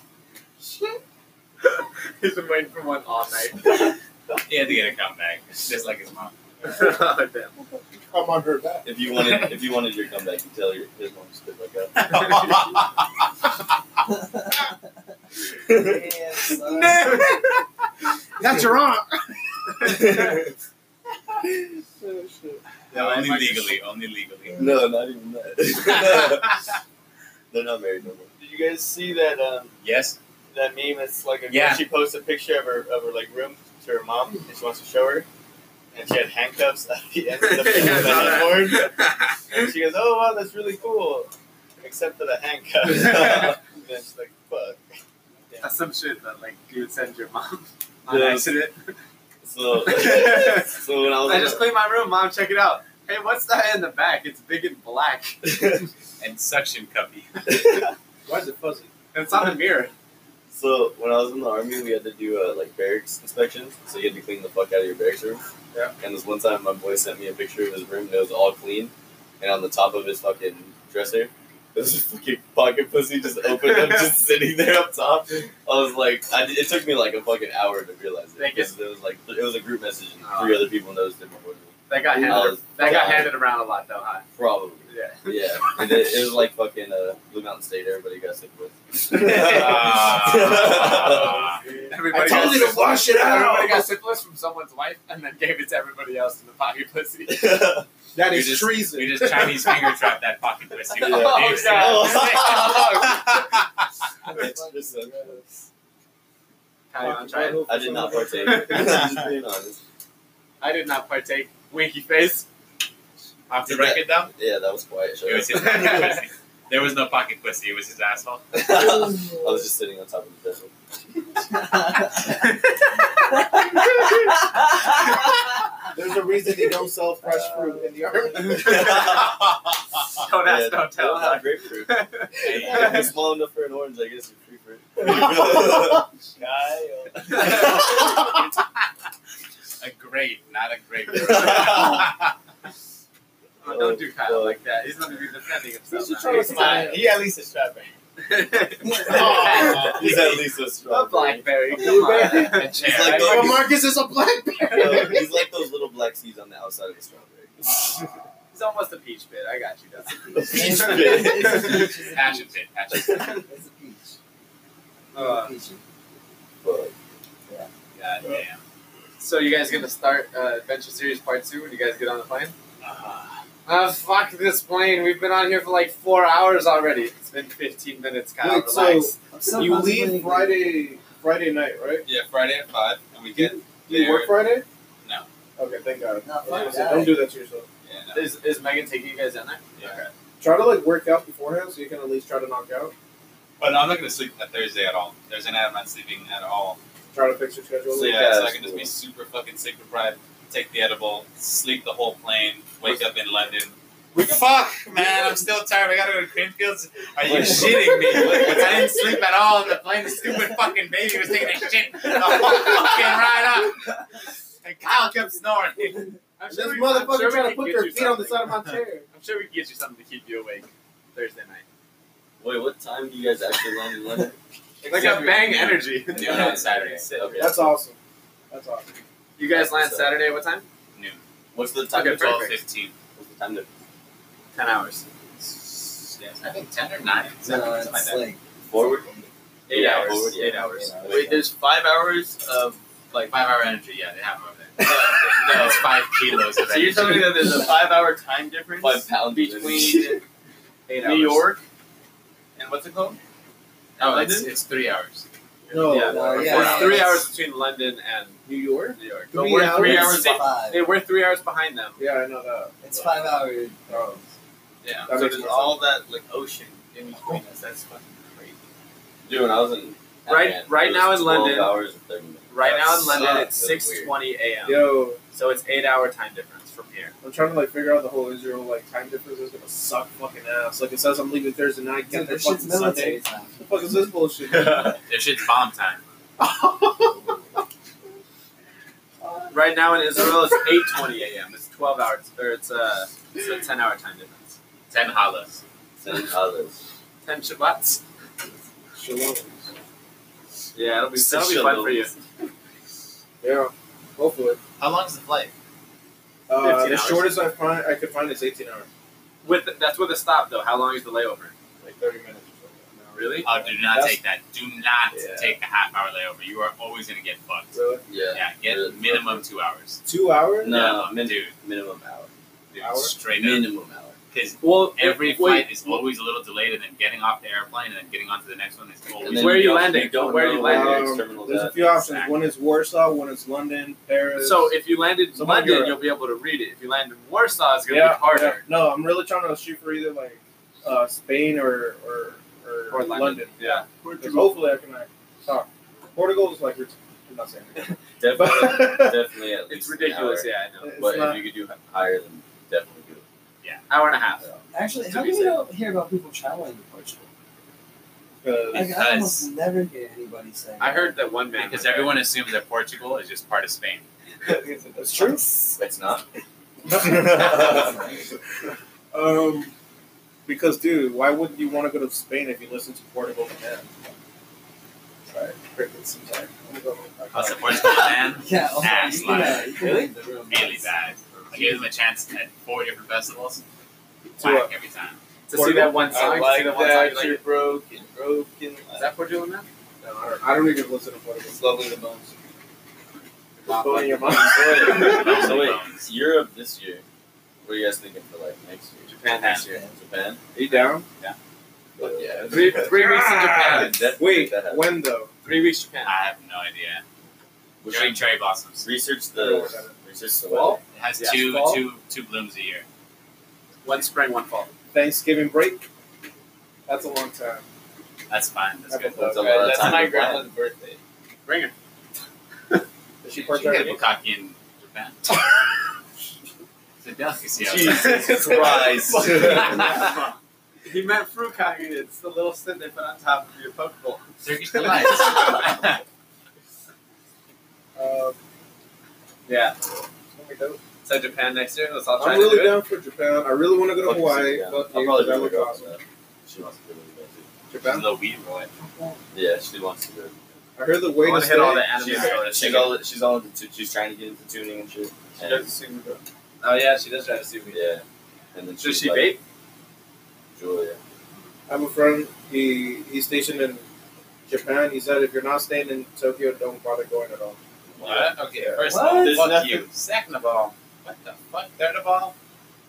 Speaker 3: he's been waiting for one all night.
Speaker 4: He had to get a comeback, just like his mom.
Speaker 3: Oh, damn.
Speaker 1: I'm on her back.
Speaker 6: If you wanted, if you wanted your comeback, you tell your his mom to spit like that.
Speaker 5: Yes, uh,
Speaker 1: That's your aunt.
Speaker 4: No, only
Speaker 3: Mike-
Speaker 4: legally, only legally.
Speaker 6: No, not even that. They're not married no more.
Speaker 11: Did you guys see that, um,
Speaker 4: Yes?
Speaker 6: that meme? It's like a girl,
Speaker 4: Yeah.
Speaker 6: she posts a picture of her of her like room to her mom, and she wants to show her, and she had handcuffs at the end of the,
Speaker 3: Yeah, I
Speaker 6: of the
Speaker 3: saw that.
Speaker 6: headboard, and she goes, "Oh wow, that's really cool," except for the handcuffs. and then she's like, "Fuck."
Speaker 3: That's some shit that like you would send your mom on
Speaker 6: Yeah.
Speaker 3: accident.
Speaker 6: So, so when I was
Speaker 3: I just cleaned my room, mom. Check it out. Hey, what's that in the back? It's big and black.
Speaker 4: and suction cuppy.
Speaker 1: Why is it fuzzy?
Speaker 3: It's on the mirror.
Speaker 6: So when I was in the army, we had to do uh, like barracks inspections. So you had to clean the fuck out of your barracks room.
Speaker 3: Yeah.
Speaker 6: And this one time, my boy sent me a picture of his room. And it was all clean, and on the top of his fucking dresser, this fucking pocket pussy just opened up, just sitting there up top. I was like, I, it took me like a fucking hour to realize it
Speaker 3: Thank you.
Speaker 6: because it was like it was a group message, and
Speaker 3: Oh.
Speaker 6: three other people noticed it before me.
Speaker 3: That got handed.
Speaker 6: Oh,
Speaker 3: that got
Speaker 6: God.
Speaker 3: handed around a lot though, huh?
Speaker 6: Probably.
Speaker 3: Yeah.
Speaker 6: Yeah. And it, it was like fucking uh, Blue Mountain State. Everybody got sick with.
Speaker 4: Ah.
Speaker 3: Everybody
Speaker 6: I
Speaker 3: got
Speaker 6: told you to
Speaker 3: syphilis-
Speaker 6: wash it out.
Speaker 3: Everybody got syphilis from someone's wife and then gave it to everybody else in the pocket pussy.
Speaker 1: That
Speaker 4: We
Speaker 1: is
Speaker 4: just-
Speaker 1: treason.
Speaker 4: We just Chinese finger trapped that pocket pussy.
Speaker 6: Yeah.
Speaker 3: Oh, God.
Speaker 6: It's just so gross.
Speaker 3: Kyle, I'm trying.
Speaker 6: I did not partake. I'm just being honest.
Speaker 3: I did not partake. Winky face.
Speaker 4: Off the record, though,
Speaker 6: Yeah, that was quiet. Sure.
Speaker 4: it was his pocket pussy. There was no pocket pussy. It was his asshole.
Speaker 6: I was just sitting on top of the vessel.
Speaker 7: There's a reason they don't sell fresh fruit in the army.
Speaker 6: Oh,
Speaker 3: Don't ask, don't
Speaker 6: I don't
Speaker 3: tell.
Speaker 6: have grapefruit. If
Speaker 4: Hey,
Speaker 6: you're small enough for an orange, I guess you're free fruit. Oh,
Speaker 4: a grape, not a grape.
Speaker 3: Oh, don't do Kyle like that. He's going to be defending himself. now.
Speaker 6: He's mine. He at least is strapping.
Speaker 3: Oh,
Speaker 6: He's at least a
Speaker 3: a
Speaker 6: strawberry.
Speaker 3: blackberry. Come on.
Speaker 4: A chair.
Speaker 6: It's like
Speaker 7: But Marcus is a
Speaker 6: No,
Speaker 7: blackberry.
Speaker 6: he's like those little black seeds on the outside of a strawberry.
Speaker 3: He's almost a peach pit. I got you. That's
Speaker 6: Peach
Speaker 5: It's a peach.
Speaker 4: Hatchet pit, hatchet pit.
Speaker 5: It's a peach.
Speaker 3: Uh,
Speaker 5: Peachy.
Speaker 6: But
Speaker 4: God damn.
Speaker 3: so you guys gonna start uh, Adventure Series Part Two when you guys get on the plane? Uh, fuck this plane. We've been on here for like four hours already. It's been fifteen minutes. Kyle,
Speaker 1: Wait, so-
Speaker 3: relax.
Speaker 5: So
Speaker 1: you
Speaker 5: possibly-
Speaker 1: leave Friday Friday night, right?
Speaker 4: Yeah, Friday at 5, and we get
Speaker 1: Do you work Friday?
Speaker 4: No.
Speaker 1: Okay, thank God.
Speaker 5: No, fuck
Speaker 1: I was gonna say,
Speaker 5: that.
Speaker 1: don't do that to yourself.
Speaker 4: Yeah, no.
Speaker 3: Is, is Megan taking you guys down there?
Speaker 4: Yeah.
Speaker 1: Try to like work out beforehand so you can at least try to knock out.
Speaker 4: But no, I'm not going to sleep that Thursday at all. Thursday night, I'm not sleeping at all.
Speaker 1: Try to fix your schedule.
Speaker 4: So,
Speaker 6: Sleep
Speaker 4: yeah, so I
Speaker 6: ass,
Speaker 4: can just
Speaker 6: dude.
Speaker 4: be super fucking sick deprived, take the edible, sleep the whole plane, wake up in London. Fuck, man, I'm still tired. I gotta go to Creamfields. Are you
Speaker 6: Wait.
Speaker 4: shitting me? I didn't sleep at all on the plane. The stupid fucking baby was taking a shit the whole fucking ride up. And Kyle kept snoring.
Speaker 3: I'm
Speaker 1: This
Speaker 3: we- I'm
Speaker 1: motherfucker
Speaker 3: sure we
Speaker 1: trying to
Speaker 3: can
Speaker 1: put
Speaker 3: get
Speaker 1: their
Speaker 3: you
Speaker 1: feet on the
Speaker 3: something.
Speaker 1: side of my chair.
Speaker 3: I'm sure we can get you something to keep you awake Thursday night.
Speaker 6: wait, what time do you guys actually land in London?
Speaker 3: Like a bang energy.
Speaker 4: Noon on Saturday.
Speaker 6: Okay.
Speaker 1: That's awesome. That's awesome.
Speaker 3: You guys land Saturday. What time?
Speaker 4: Noon.
Speaker 6: What's the time?
Speaker 3: Okay,
Speaker 6: difference?
Speaker 3: perfect.
Speaker 4: 12.15.
Speaker 6: What's the time difference?
Speaker 3: Ten hours.
Speaker 4: I think 10 or 9.
Speaker 5: No,
Speaker 4: Something like
Speaker 5: it's
Speaker 4: that.
Speaker 5: like
Speaker 6: Forward.
Speaker 3: Eight
Speaker 4: Yeah,
Speaker 3: hours.
Speaker 6: forward, yeah.
Speaker 3: Eight hours.
Speaker 5: Yeah.
Speaker 6: Wait, there's five hours of
Speaker 4: Like 5 hour energy, yeah, they have them over there.
Speaker 6: no.
Speaker 4: No, it's 5 kilos of
Speaker 3: So you're
Speaker 4: energy.
Speaker 3: telling me that there's a five-hour time difference
Speaker 6: five pounds
Speaker 3: between
Speaker 6: Eight
Speaker 3: New
Speaker 6: hours.
Speaker 3: York and what's it called?
Speaker 4: No,
Speaker 3: London?
Speaker 4: it's, it's 3 hours.
Speaker 1: No, uh,
Speaker 3: yeah,
Speaker 5: no,
Speaker 3: it's
Speaker 5: yeah,
Speaker 3: three
Speaker 5: it's-
Speaker 3: hours between London and
Speaker 1: New York?
Speaker 3: New York.
Speaker 1: Three
Speaker 3: But we're three
Speaker 1: hours?
Speaker 3: hours.
Speaker 5: it's five.
Speaker 3: Hey, we're three hours behind them.
Speaker 1: Yeah, I know that.
Speaker 5: It's five hours.
Speaker 1: Oh,
Speaker 4: Yeah.
Speaker 1: that
Speaker 6: so
Speaker 1: makes
Speaker 6: there's
Speaker 1: more
Speaker 6: all that like ocean in between us. That's fucking crazy. Dude, when I was in
Speaker 3: Right-
Speaker 6: Japan,
Speaker 3: right
Speaker 6: it was
Speaker 3: now in
Speaker 6: 12
Speaker 3: London-
Speaker 6: hours and 30 minutes.
Speaker 3: Right
Speaker 4: That
Speaker 3: now in London,
Speaker 6: sucks.
Speaker 3: it's
Speaker 6: That's
Speaker 3: six twenty a.m.
Speaker 1: sense. Yo,
Speaker 3: So it's eight-hour time difference from here.
Speaker 1: I'm trying to like figure out the whole Israel like time difference is gonna suck fucking ass. Like it says I'm leaving Thursday night,
Speaker 5: Dude,
Speaker 1: get there
Speaker 5: this shit's
Speaker 1: fucking Sunday.
Speaker 5: military time.
Speaker 1: What the fuck is this bullshit?
Speaker 4: Their shit's bomb time.
Speaker 3: Right now in Israel, it's eight twenty a.m. It's twelve hours, or it's a it's a ten-hour time difference.
Speaker 4: 10 hollows.
Speaker 6: Same others.
Speaker 3: Ten Shabbats.
Speaker 1: Shalom.
Speaker 3: Yeah, it'll be that'll
Speaker 6: Six
Speaker 3: be fun for you.
Speaker 1: Yeah, hopefully.
Speaker 4: How long is the flight?
Speaker 1: Uh,
Speaker 3: 15
Speaker 1: the
Speaker 3: hours.
Speaker 1: shortest I find I could find is 18 hours.
Speaker 3: With that's with a stop though. How long is the layover?
Speaker 1: Like 30 minutes. or something.
Speaker 3: Really?
Speaker 4: Oh, do not
Speaker 1: That's-
Speaker 4: take that. Do not
Speaker 1: Yeah.
Speaker 4: take the half hour layover. You are always going to get fucked.
Speaker 1: Really?
Speaker 6: Yeah.
Speaker 4: Yeah, get
Speaker 6: Yeah.
Speaker 4: minimum two hours.
Speaker 1: Two hours?
Speaker 6: No,
Speaker 4: minimum, dude.
Speaker 6: Minimum hour.
Speaker 4: dude
Speaker 1: Hour?
Speaker 4: Straight up.
Speaker 6: Minimum hour.
Speaker 4: because
Speaker 3: Well,
Speaker 4: every
Speaker 3: wait,
Speaker 4: flight is always a little delayed, and then getting off the airplane, and then getting onto the next one is always.
Speaker 3: then Where are you landing?
Speaker 6: Don't
Speaker 3: Where are you
Speaker 6: know where
Speaker 1: landing?
Speaker 6: the next terminal is
Speaker 1: There's a
Speaker 6: at.
Speaker 1: few options.
Speaker 4: Exactly.
Speaker 1: One is Warsaw, one is London, Paris.
Speaker 3: So if you landed in
Speaker 1: Some of
Speaker 3: London,
Speaker 1: Europe.
Speaker 3: you'll be able to read it. If you land in Warsaw, it's gonna
Speaker 1: yeah,
Speaker 3: be harder.
Speaker 1: yeah. No, I'm really trying to shoot for either like uh, Spain or or, or,
Speaker 3: Or London. Yeah.
Speaker 1: 'Cause Hopefully, I can like talk. Portugal is like ret- I'm not saying it.
Speaker 6: Definitely, definitely at
Speaker 3: It's
Speaker 6: least
Speaker 3: ridiculous.
Speaker 6: An
Speaker 3: Yeah, I know.
Speaker 6: hour.
Speaker 1: It's
Speaker 6: But
Speaker 1: not-
Speaker 6: if you could do higher, then definitely do it.
Speaker 3: Hour and a half.
Speaker 5: Actually,
Speaker 3: To
Speaker 5: how
Speaker 3: be
Speaker 5: come we
Speaker 3: safe.
Speaker 5: don't hear about people traveling to Portugal? Like, I
Speaker 4: Because-
Speaker 5: almost never hear anybody saying.
Speaker 3: I heard that one man.
Speaker 4: Because
Speaker 3: was there.
Speaker 4: everyone assumes that Portugal is just part of Spain.
Speaker 1: That's true.
Speaker 6: It's not.
Speaker 1: um, because dude, why wouldn't you want to go to Spain if you listen to Portugal Man? Try cricket sometime. I'm gonna go-
Speaker 4: Also, Portugal, man,
Speaker 5: Yeah, oh,
Speaker 4: Ass
Speaker 5: you can, uh,
Speaker 4: laugh.
Speaker 5: you can
Speaker 6: Really?
Speaker 5: read the room.
Speaker 4: really bad. I gave them a chance at four different festivals.
Speaker 1: To
Speaker 4: Whack every time.
Speaker 3: to see that one song.
Speaker 6: I
Speaker 3: to see
Speaker 6: like
Speaker 3: that one song.
Speaker 6: that
Speaker 3: you're like,
Speaker 6: you're broken, broken.
Speaker 3: is that Portugal man?
Speaker 1: No, I don't- I don't even listen to Portugal.
Speaker 6: It's lovely the bones.
Speaker 1: Bone in your mouth.
Speaker 6: So wait, so wait,
Speaker 4: Bones.
Speaker 6: Europe this year. What are you guys thinking for like next year?
Speaker 3: Japan next year.
Speaker 6: Japan.
Speaker 1: Are you down?
Speaker 6: Fuck yeah.
Speaker 3: Three, three weeks to Japan.
Speaker 6: Definitely
Speaker 1: Wait,
Speaker 6: that happens.
Speaker 1: when though?
Speaker 3: Three weeks to Japan.
Speaker 4: Ah. I have no idea.
Speaker 6: We
Speaker 4: During
Speaker 6: should
Speaker 4: cherry blossoms,
Speaker 6: research the research the
Speaker 3: Well,
Speaker 6: weather.
Speaker 4: it has
Speaker 3: Yeah,
Speaker 4: two,
Speaker 3: fall.
Speaker 4: two, two blooms a year.
Speaker 3: One spring, one fall.
Speaker 1: Thanksgiving break. That's a long time.
Speaker 4: That's fine. That's good.
Speaker 6: That's, a lot
Speaker 1: Okay,
Speaker 6: of
Speaker 1: that's
Speaker 6: time
Speaker 3: my
Speaker 6: to plan.
Speaker 3: grandma's
Speaker 6: birthday.
Speaker 3: Bring her.
Speaker 1: Does she
Speaker 4: You get a
Speaker 1: partake?
Speaker 4: bukkake in Japan. It's a delicacy. out there.
Speaker 6: Jesus Christ.
Speaker 3: He meant frukaki. It's the little stint they put on top of your poke bowl.
Speaker 4: Turkish delights.
Speaker 1: Uh,
Speaker 3: Yeah.
Speaker 1: let me go.
Speaker 3: So Japan next year. Let's all try
Speaker 1: I'm
Speaker 3: to
Speaker 1: really
Speaker 3: do it.
Speaker 1: down for Japan. I really want to go to
Speaker 6: Fucking
Speaker 1: Hawaii.
Speaker 6: sick, yeah.
Speaker 1: Fuck
Speaker 6: I'll
Speaker 1: you,
Speaker 6: probably
Speaker 1: that
Speaker 6: do
Speaker 1: looks
Speaker 6: it
Speaker 1: awesome.
Speaker 6: also. She wants to go really bad too.
Speaker 1: Japan.
Speaker 4: the weed roll.
Speaker 6: Yeah, she wants to do it.
Speaker 1: I heard the way
Speaker 3: I
Speaker 1: to
Speaker 3: want to
Speaker 1: stay.
Speaker 3: hit all the anime.
Speaker 6: She's,
Speaker 3: soda.
Speaker 6: she's all she's all into tu- she's trying to get into tuning and shit.
Speaker 3: She
Speaker 6: And,
Speaker 3: does seem to- Oh yeah, she does try to see me.
Speaker 6: yeah. And then
Speaker 3: Should
Speaker 6: she's
Speaker 3: she
Speaker 6: like,
Speaker 3: vape?
Speaker 6: Julia.
Speaker 1: I have a friend. He he's stationed in Japan. He said if you're not staying in Tokyo, don't bother going at all.
Speaker 4: What? Okay,
Speaker 1: Yeah.
Speaker 4: first
Speaker 5: What?
Speaker 4: of all,
Speaker 6: There's
Speaker 4: fuck
Speaker 6: nothing-
Speaker 4: you. Second of all, what the fuck? Third of all,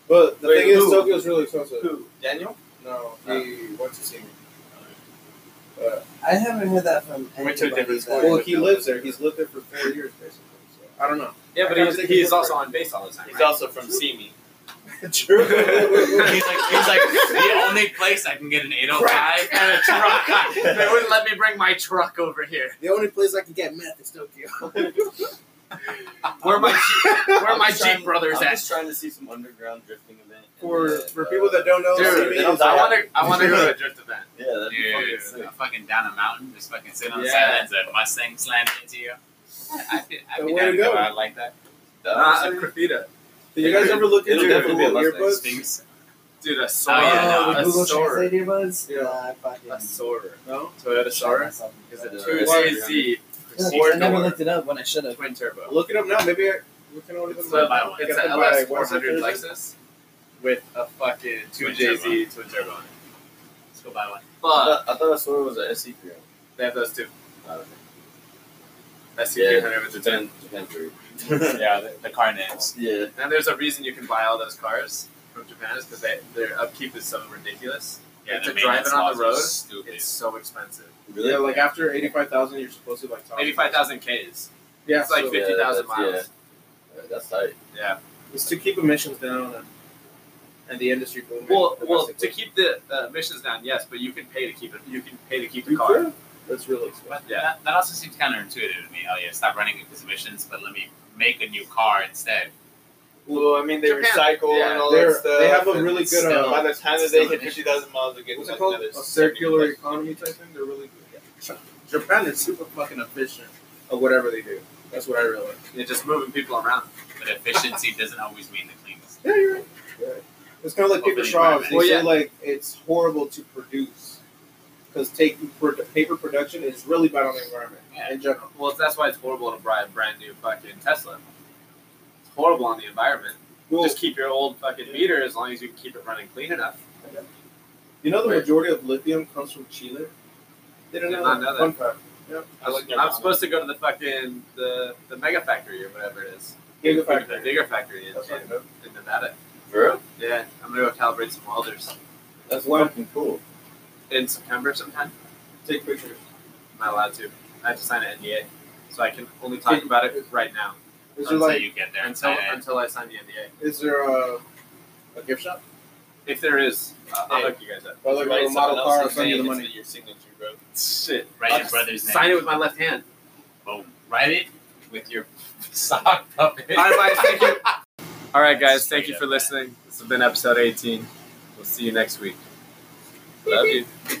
Speaker 1: But the
Speaker 6: Wait,
Speaker 1: thing is,
Speaker 6: who?
Speaker 1: Tokyo's really expensive.
Speaker 6: Who? Daniel?
Speaker 1: No,
Speaker 3: Ah.
Speaker 1: he went to see me. But,
Speaker 5: I haven't heard that from
Speaker 3: We
Speaker 5: anybody.
Speaker 3: took different
Speaker 5: that-
Speaker 1: well, he lives there. He's lived there for four years, basically. So, I don't know.
Speaker 3: Yeah,
Speaker 1: I
Speaker 3: but
Speaker 1: kinda
Speaker 3: he's,
Speaker 1: think
Speaker 3: he's
Speaker 1: it's
Speaker 3: also on base all the time.
Speaker 11: He's
Speaker 3: right?
Speaker 11: also from Simi.
Speaker 1: True.
Speaker 4: he's like, he's like the only place I can get an 805 and a
Speaker 3: truck.
Speaker 4: truck.
Speaker 3: they wouldn't let me bring my truck over here.
Speaker 1: the only place I can get meth is Tokyo.
Speaker 3: Where are my Jeep- where are
Speaker 6: I'm
Speaker 3: my
Speaker 6: just
Speaker 3: Jeep
Speaker 6: trying-
Speaker 3: brothers
Speaker 6: I'm
Speaker 3: at?
Speaker 6: just trying to see some underground drifting event. and
Speaker 1: For
Speaker 6: then,
Speaker 1: for
Speaker 6: uh,
Speaker 1: people that don't know,
Speaker 3: Dude,
Speaker 1: Simi
Speaker 6: that
Speaker 1: is
Speaker 6: was
Speaker 3: I
Speaker 1: like-
Speaker 3: want to I want to go to a drift event.
Speaker 6: Yeah, that'd be fucking
Speaker 4: Dude,
Speaker 6: sick.
Speaker 4: I'm fucking down a mountain, just fucking sitting on the
Speaker 3: Yeah.
Speaker 4: sidelines, a Mustang slamming into you. I, I feel, I
Speaker 1: The
Speaker 4: feel
Speaker 1: way
Speaker 4: down
Speaker 1: to
Speaker 4: to go.
Speaker 1: go.
Speaker 4: I like that.
Speaker 6: That
Speaker 3: Not a
Speaker 6: was
Speaker 3: graffiti.
Speaker 1: Did you guys ever look
Speaker 6: It'll
Speaker 1: into
Speaker 6: definitely be a
Speaker 1: Google
Speaker 6: Mustang.
Speaker 1: earbuds?
Speaker 4: Sphinx.
Speaker 3: Dude, a
Speaker 5: Oh,
Speaker 3: Sora.
Speaker 4: yeah,
Speaker 5: yeah,
Speaker 4: no,
Speaker 5: the
Speaker 3: a
Speaker 5: Google
Speaker 3: Sora.
Speaker 5: Translate earbuds.
Speaker 1: Yeah.
Speaker 5: Nah, I fucking.
Speaker 3: A Sora.
Speaker 1: No.
Speaker 3: Toyota Sora.
Speaker 5: myself in
Speaker 3: Is it
Speaker 5: that.
Speaker 6: Uh,
Speaker 3: two
Speaker 6: it's
Speaker 3: series
Speaker 6: like-
Speaker 3: Z
Speaker 5: Yeah,
Speaker 3: Or
Speaker 5: I never
Speaker 3: door.
Speaker 5: looked it up when I should have.
Speaker 3: twin turbo?
Speaker 1: Look it up now. Maybe I, we can order them.
Speaker 3: It's a,
Speaker 4: buy one.
Speaker 3: it's
Speaker 1: Get
Speaker 3: a
Speaker 1: them by
Speaker 3: LS
Speaker 1: what,
Speaker 3: 400
Speaker 1: Thursday?
Speaker 3: Lexus with a fucking two
Speaker 4: Twin
Speaker 3: JZ twin turbo. in it.
Speaker 4: Let's go buy
Speaker 6: I
Speaker 4: one.
Speaker 3: Fuck.
Speaker 6: thought, I thought I saw it was an SC three. Uh,
Speaker 3: They have those two. That's the
Speaker 6: Yeah,
Speaker 3: 300 with the twin.
Speaker 6: Japan, Japan three.
Speaker 4: Yeah, the, the car names.
Speaker 6: yeah.
Speaker 3: And there's a reason you can buy all those cars from Japan is because their upkeep is so ridiculous.
Speaker 4: Yeah,
Speaker 3: Like,
Speaker 4: the
Speaker 3: to drive it
Speaker 4: maintenance
Speaker 3: on
Speaker 4: laws
Speaker 3: the
Speaker 4: are
Speaker 3: road,
Speaker 4: Stupid.
Speaker 3: It's so expensive.
Speaker 6: Really?
Speaker 1: Yeah, like after eighty-five thousand, you're supposed to like talk.
Speaker 3: Eighty-five thousand Ks.
Speaker 1: Yeah,
Speaker 3: It's like
Speaker 1: so-
Speaker 6: Yeah,
Speaker 3: fifty thousand
Speaker 6: that's-
Speaker 3: miles.
Speaker 6: Yeah, that's tight.
Speaker 1: It's to keep emissions down and, and the industry booming.
Speaker 3: Well, well, to
Speaker 1: domestically.
Speaker 3: keep the uh, emissions down, yes, but you can pay to keep it. You can pay to keep the
Speaker 1: You
Speaker 3: car.
Speaker 1: could. That's really expensive.
Speaker 4: But
Speaker 3: Yeah.
Speaker 4: that, that also seems counterintuitive to me. Oh yeah, stop running because emissions, but let me make a new car instead.
Speaker 11: Well, I mean, they
Speaker 3: Japan.
Speaker 11: recycle
Speaker 3: Yeah.
Speaker 11: and all
Speaker 1: They're-
Speaker 11: that stuff.
Speaker 1: they have a
Speaker 11: and
Speaker 1: really
Speaker 11: it's
Speaker 1: good, uh,
Speaker 11: still- by the time that they
Speaker 4: still
Speaker 11: hit
Speaker 4: emissions.
Speaker 11: fifty thousand miles, they get
Speaker 1: What's
Speaker 11: like
Speaker 1: it called?
Speaker 11: another
Speaker 1: A circular
Speaker 11: 70.
Speaker 1: economy type thing. They're really good. Japan is super fucking efficient at whatever they do. That's what I realized.
Speaker 3: You're just moving people around.
Speaker 4: But efficiency doesn't always mean the cleanest.
Speaker 1: Yeah, you're right. You're right. It's kind of
Speaker 3: Oh,
Speaker 1: like
Speaker 4: Open
Speaker 1: paper straws. They
Speaker 3: environment.
Speaker 1: say like it's horrible to produce because paper production is really bad on the environment
Speaker 4: Yeah.
Speaker 1: in general.
Speaker 3: Well, that's why it's horrible to buy a brand new fucking Tesla. It's horrible on the environment.
Speaker 1: Well,
Speaker 3: just keep your old fucking meter as long as you can keep it running clean enough.
Speaker 1: you know the
Speaker 3: Wait.
Speaker 1: majority of lithium comes from Chile. They don't
Speaker 3: Did
Speaker 1: know.
Speaker 3: not
Speaker 1: that.
Speaker 3: know that.
Speaker 1: Fun fact. Yep.
Speaker 3: I was, I'm supposed to go to the fucking the the mega factory or whatever it is.
Speaker 1: Gigafactory.
Speaker 3: The bigger factory in,
Speaker 1: That's what I know.
Speaker 3: in, in Nevada.
Speaker 6: For real?
Speaker 3: Yeah, I'm I'm gonna go calibrate some welders
Speaker 6: That's fucking cool.
Speaker 3: in September sometime.
Speaker 7: Take pictures.
Speaker 3: I'm not allowed to. I have to sign an NDA, so I can only talk about it right now
Speaker 1: Is there
Speaker 4: until
Speaker 1: like
Speaker 4: you get there.
Speaker 3: until
Speaker 4: I-
Speaker 3: until I sign the NDA.
Speaker 1: is there a, a gift shop?
Speaker 3: If there is, uh, I'll
Speaker 6: Hey.
Speaker 3: hook you guys up.
Speaker 1: Or like
Speaker 6: Write
Speaker 1: a
Speaker 6: someone
Speaker 1: model car? I'll
Speaker 6: else's
Speaker 1: send you the
Speaker 6: name
Speaker 1: money.
Speaker 6: into Your signature, bro.
Speaker 3: Shit,
Speaker 4: write
Speaker 3: I'll
Speaker 4: your
Speaker 3: just
Speaker 4: brother's name.
Speaker 3: Sign it with my left hand.
Speaker 4: Boom. Write it with your sock puppet.
Speaker 3: All right, guys, thank you. All right, guys, thank
Speaker 4: Straight
Speaker 3: you
Speaker 4: up,
Speaker 3: for
Speaker 4: man.
Speaker 3: listening. This has been episode 18. We'll see you next week. Love you.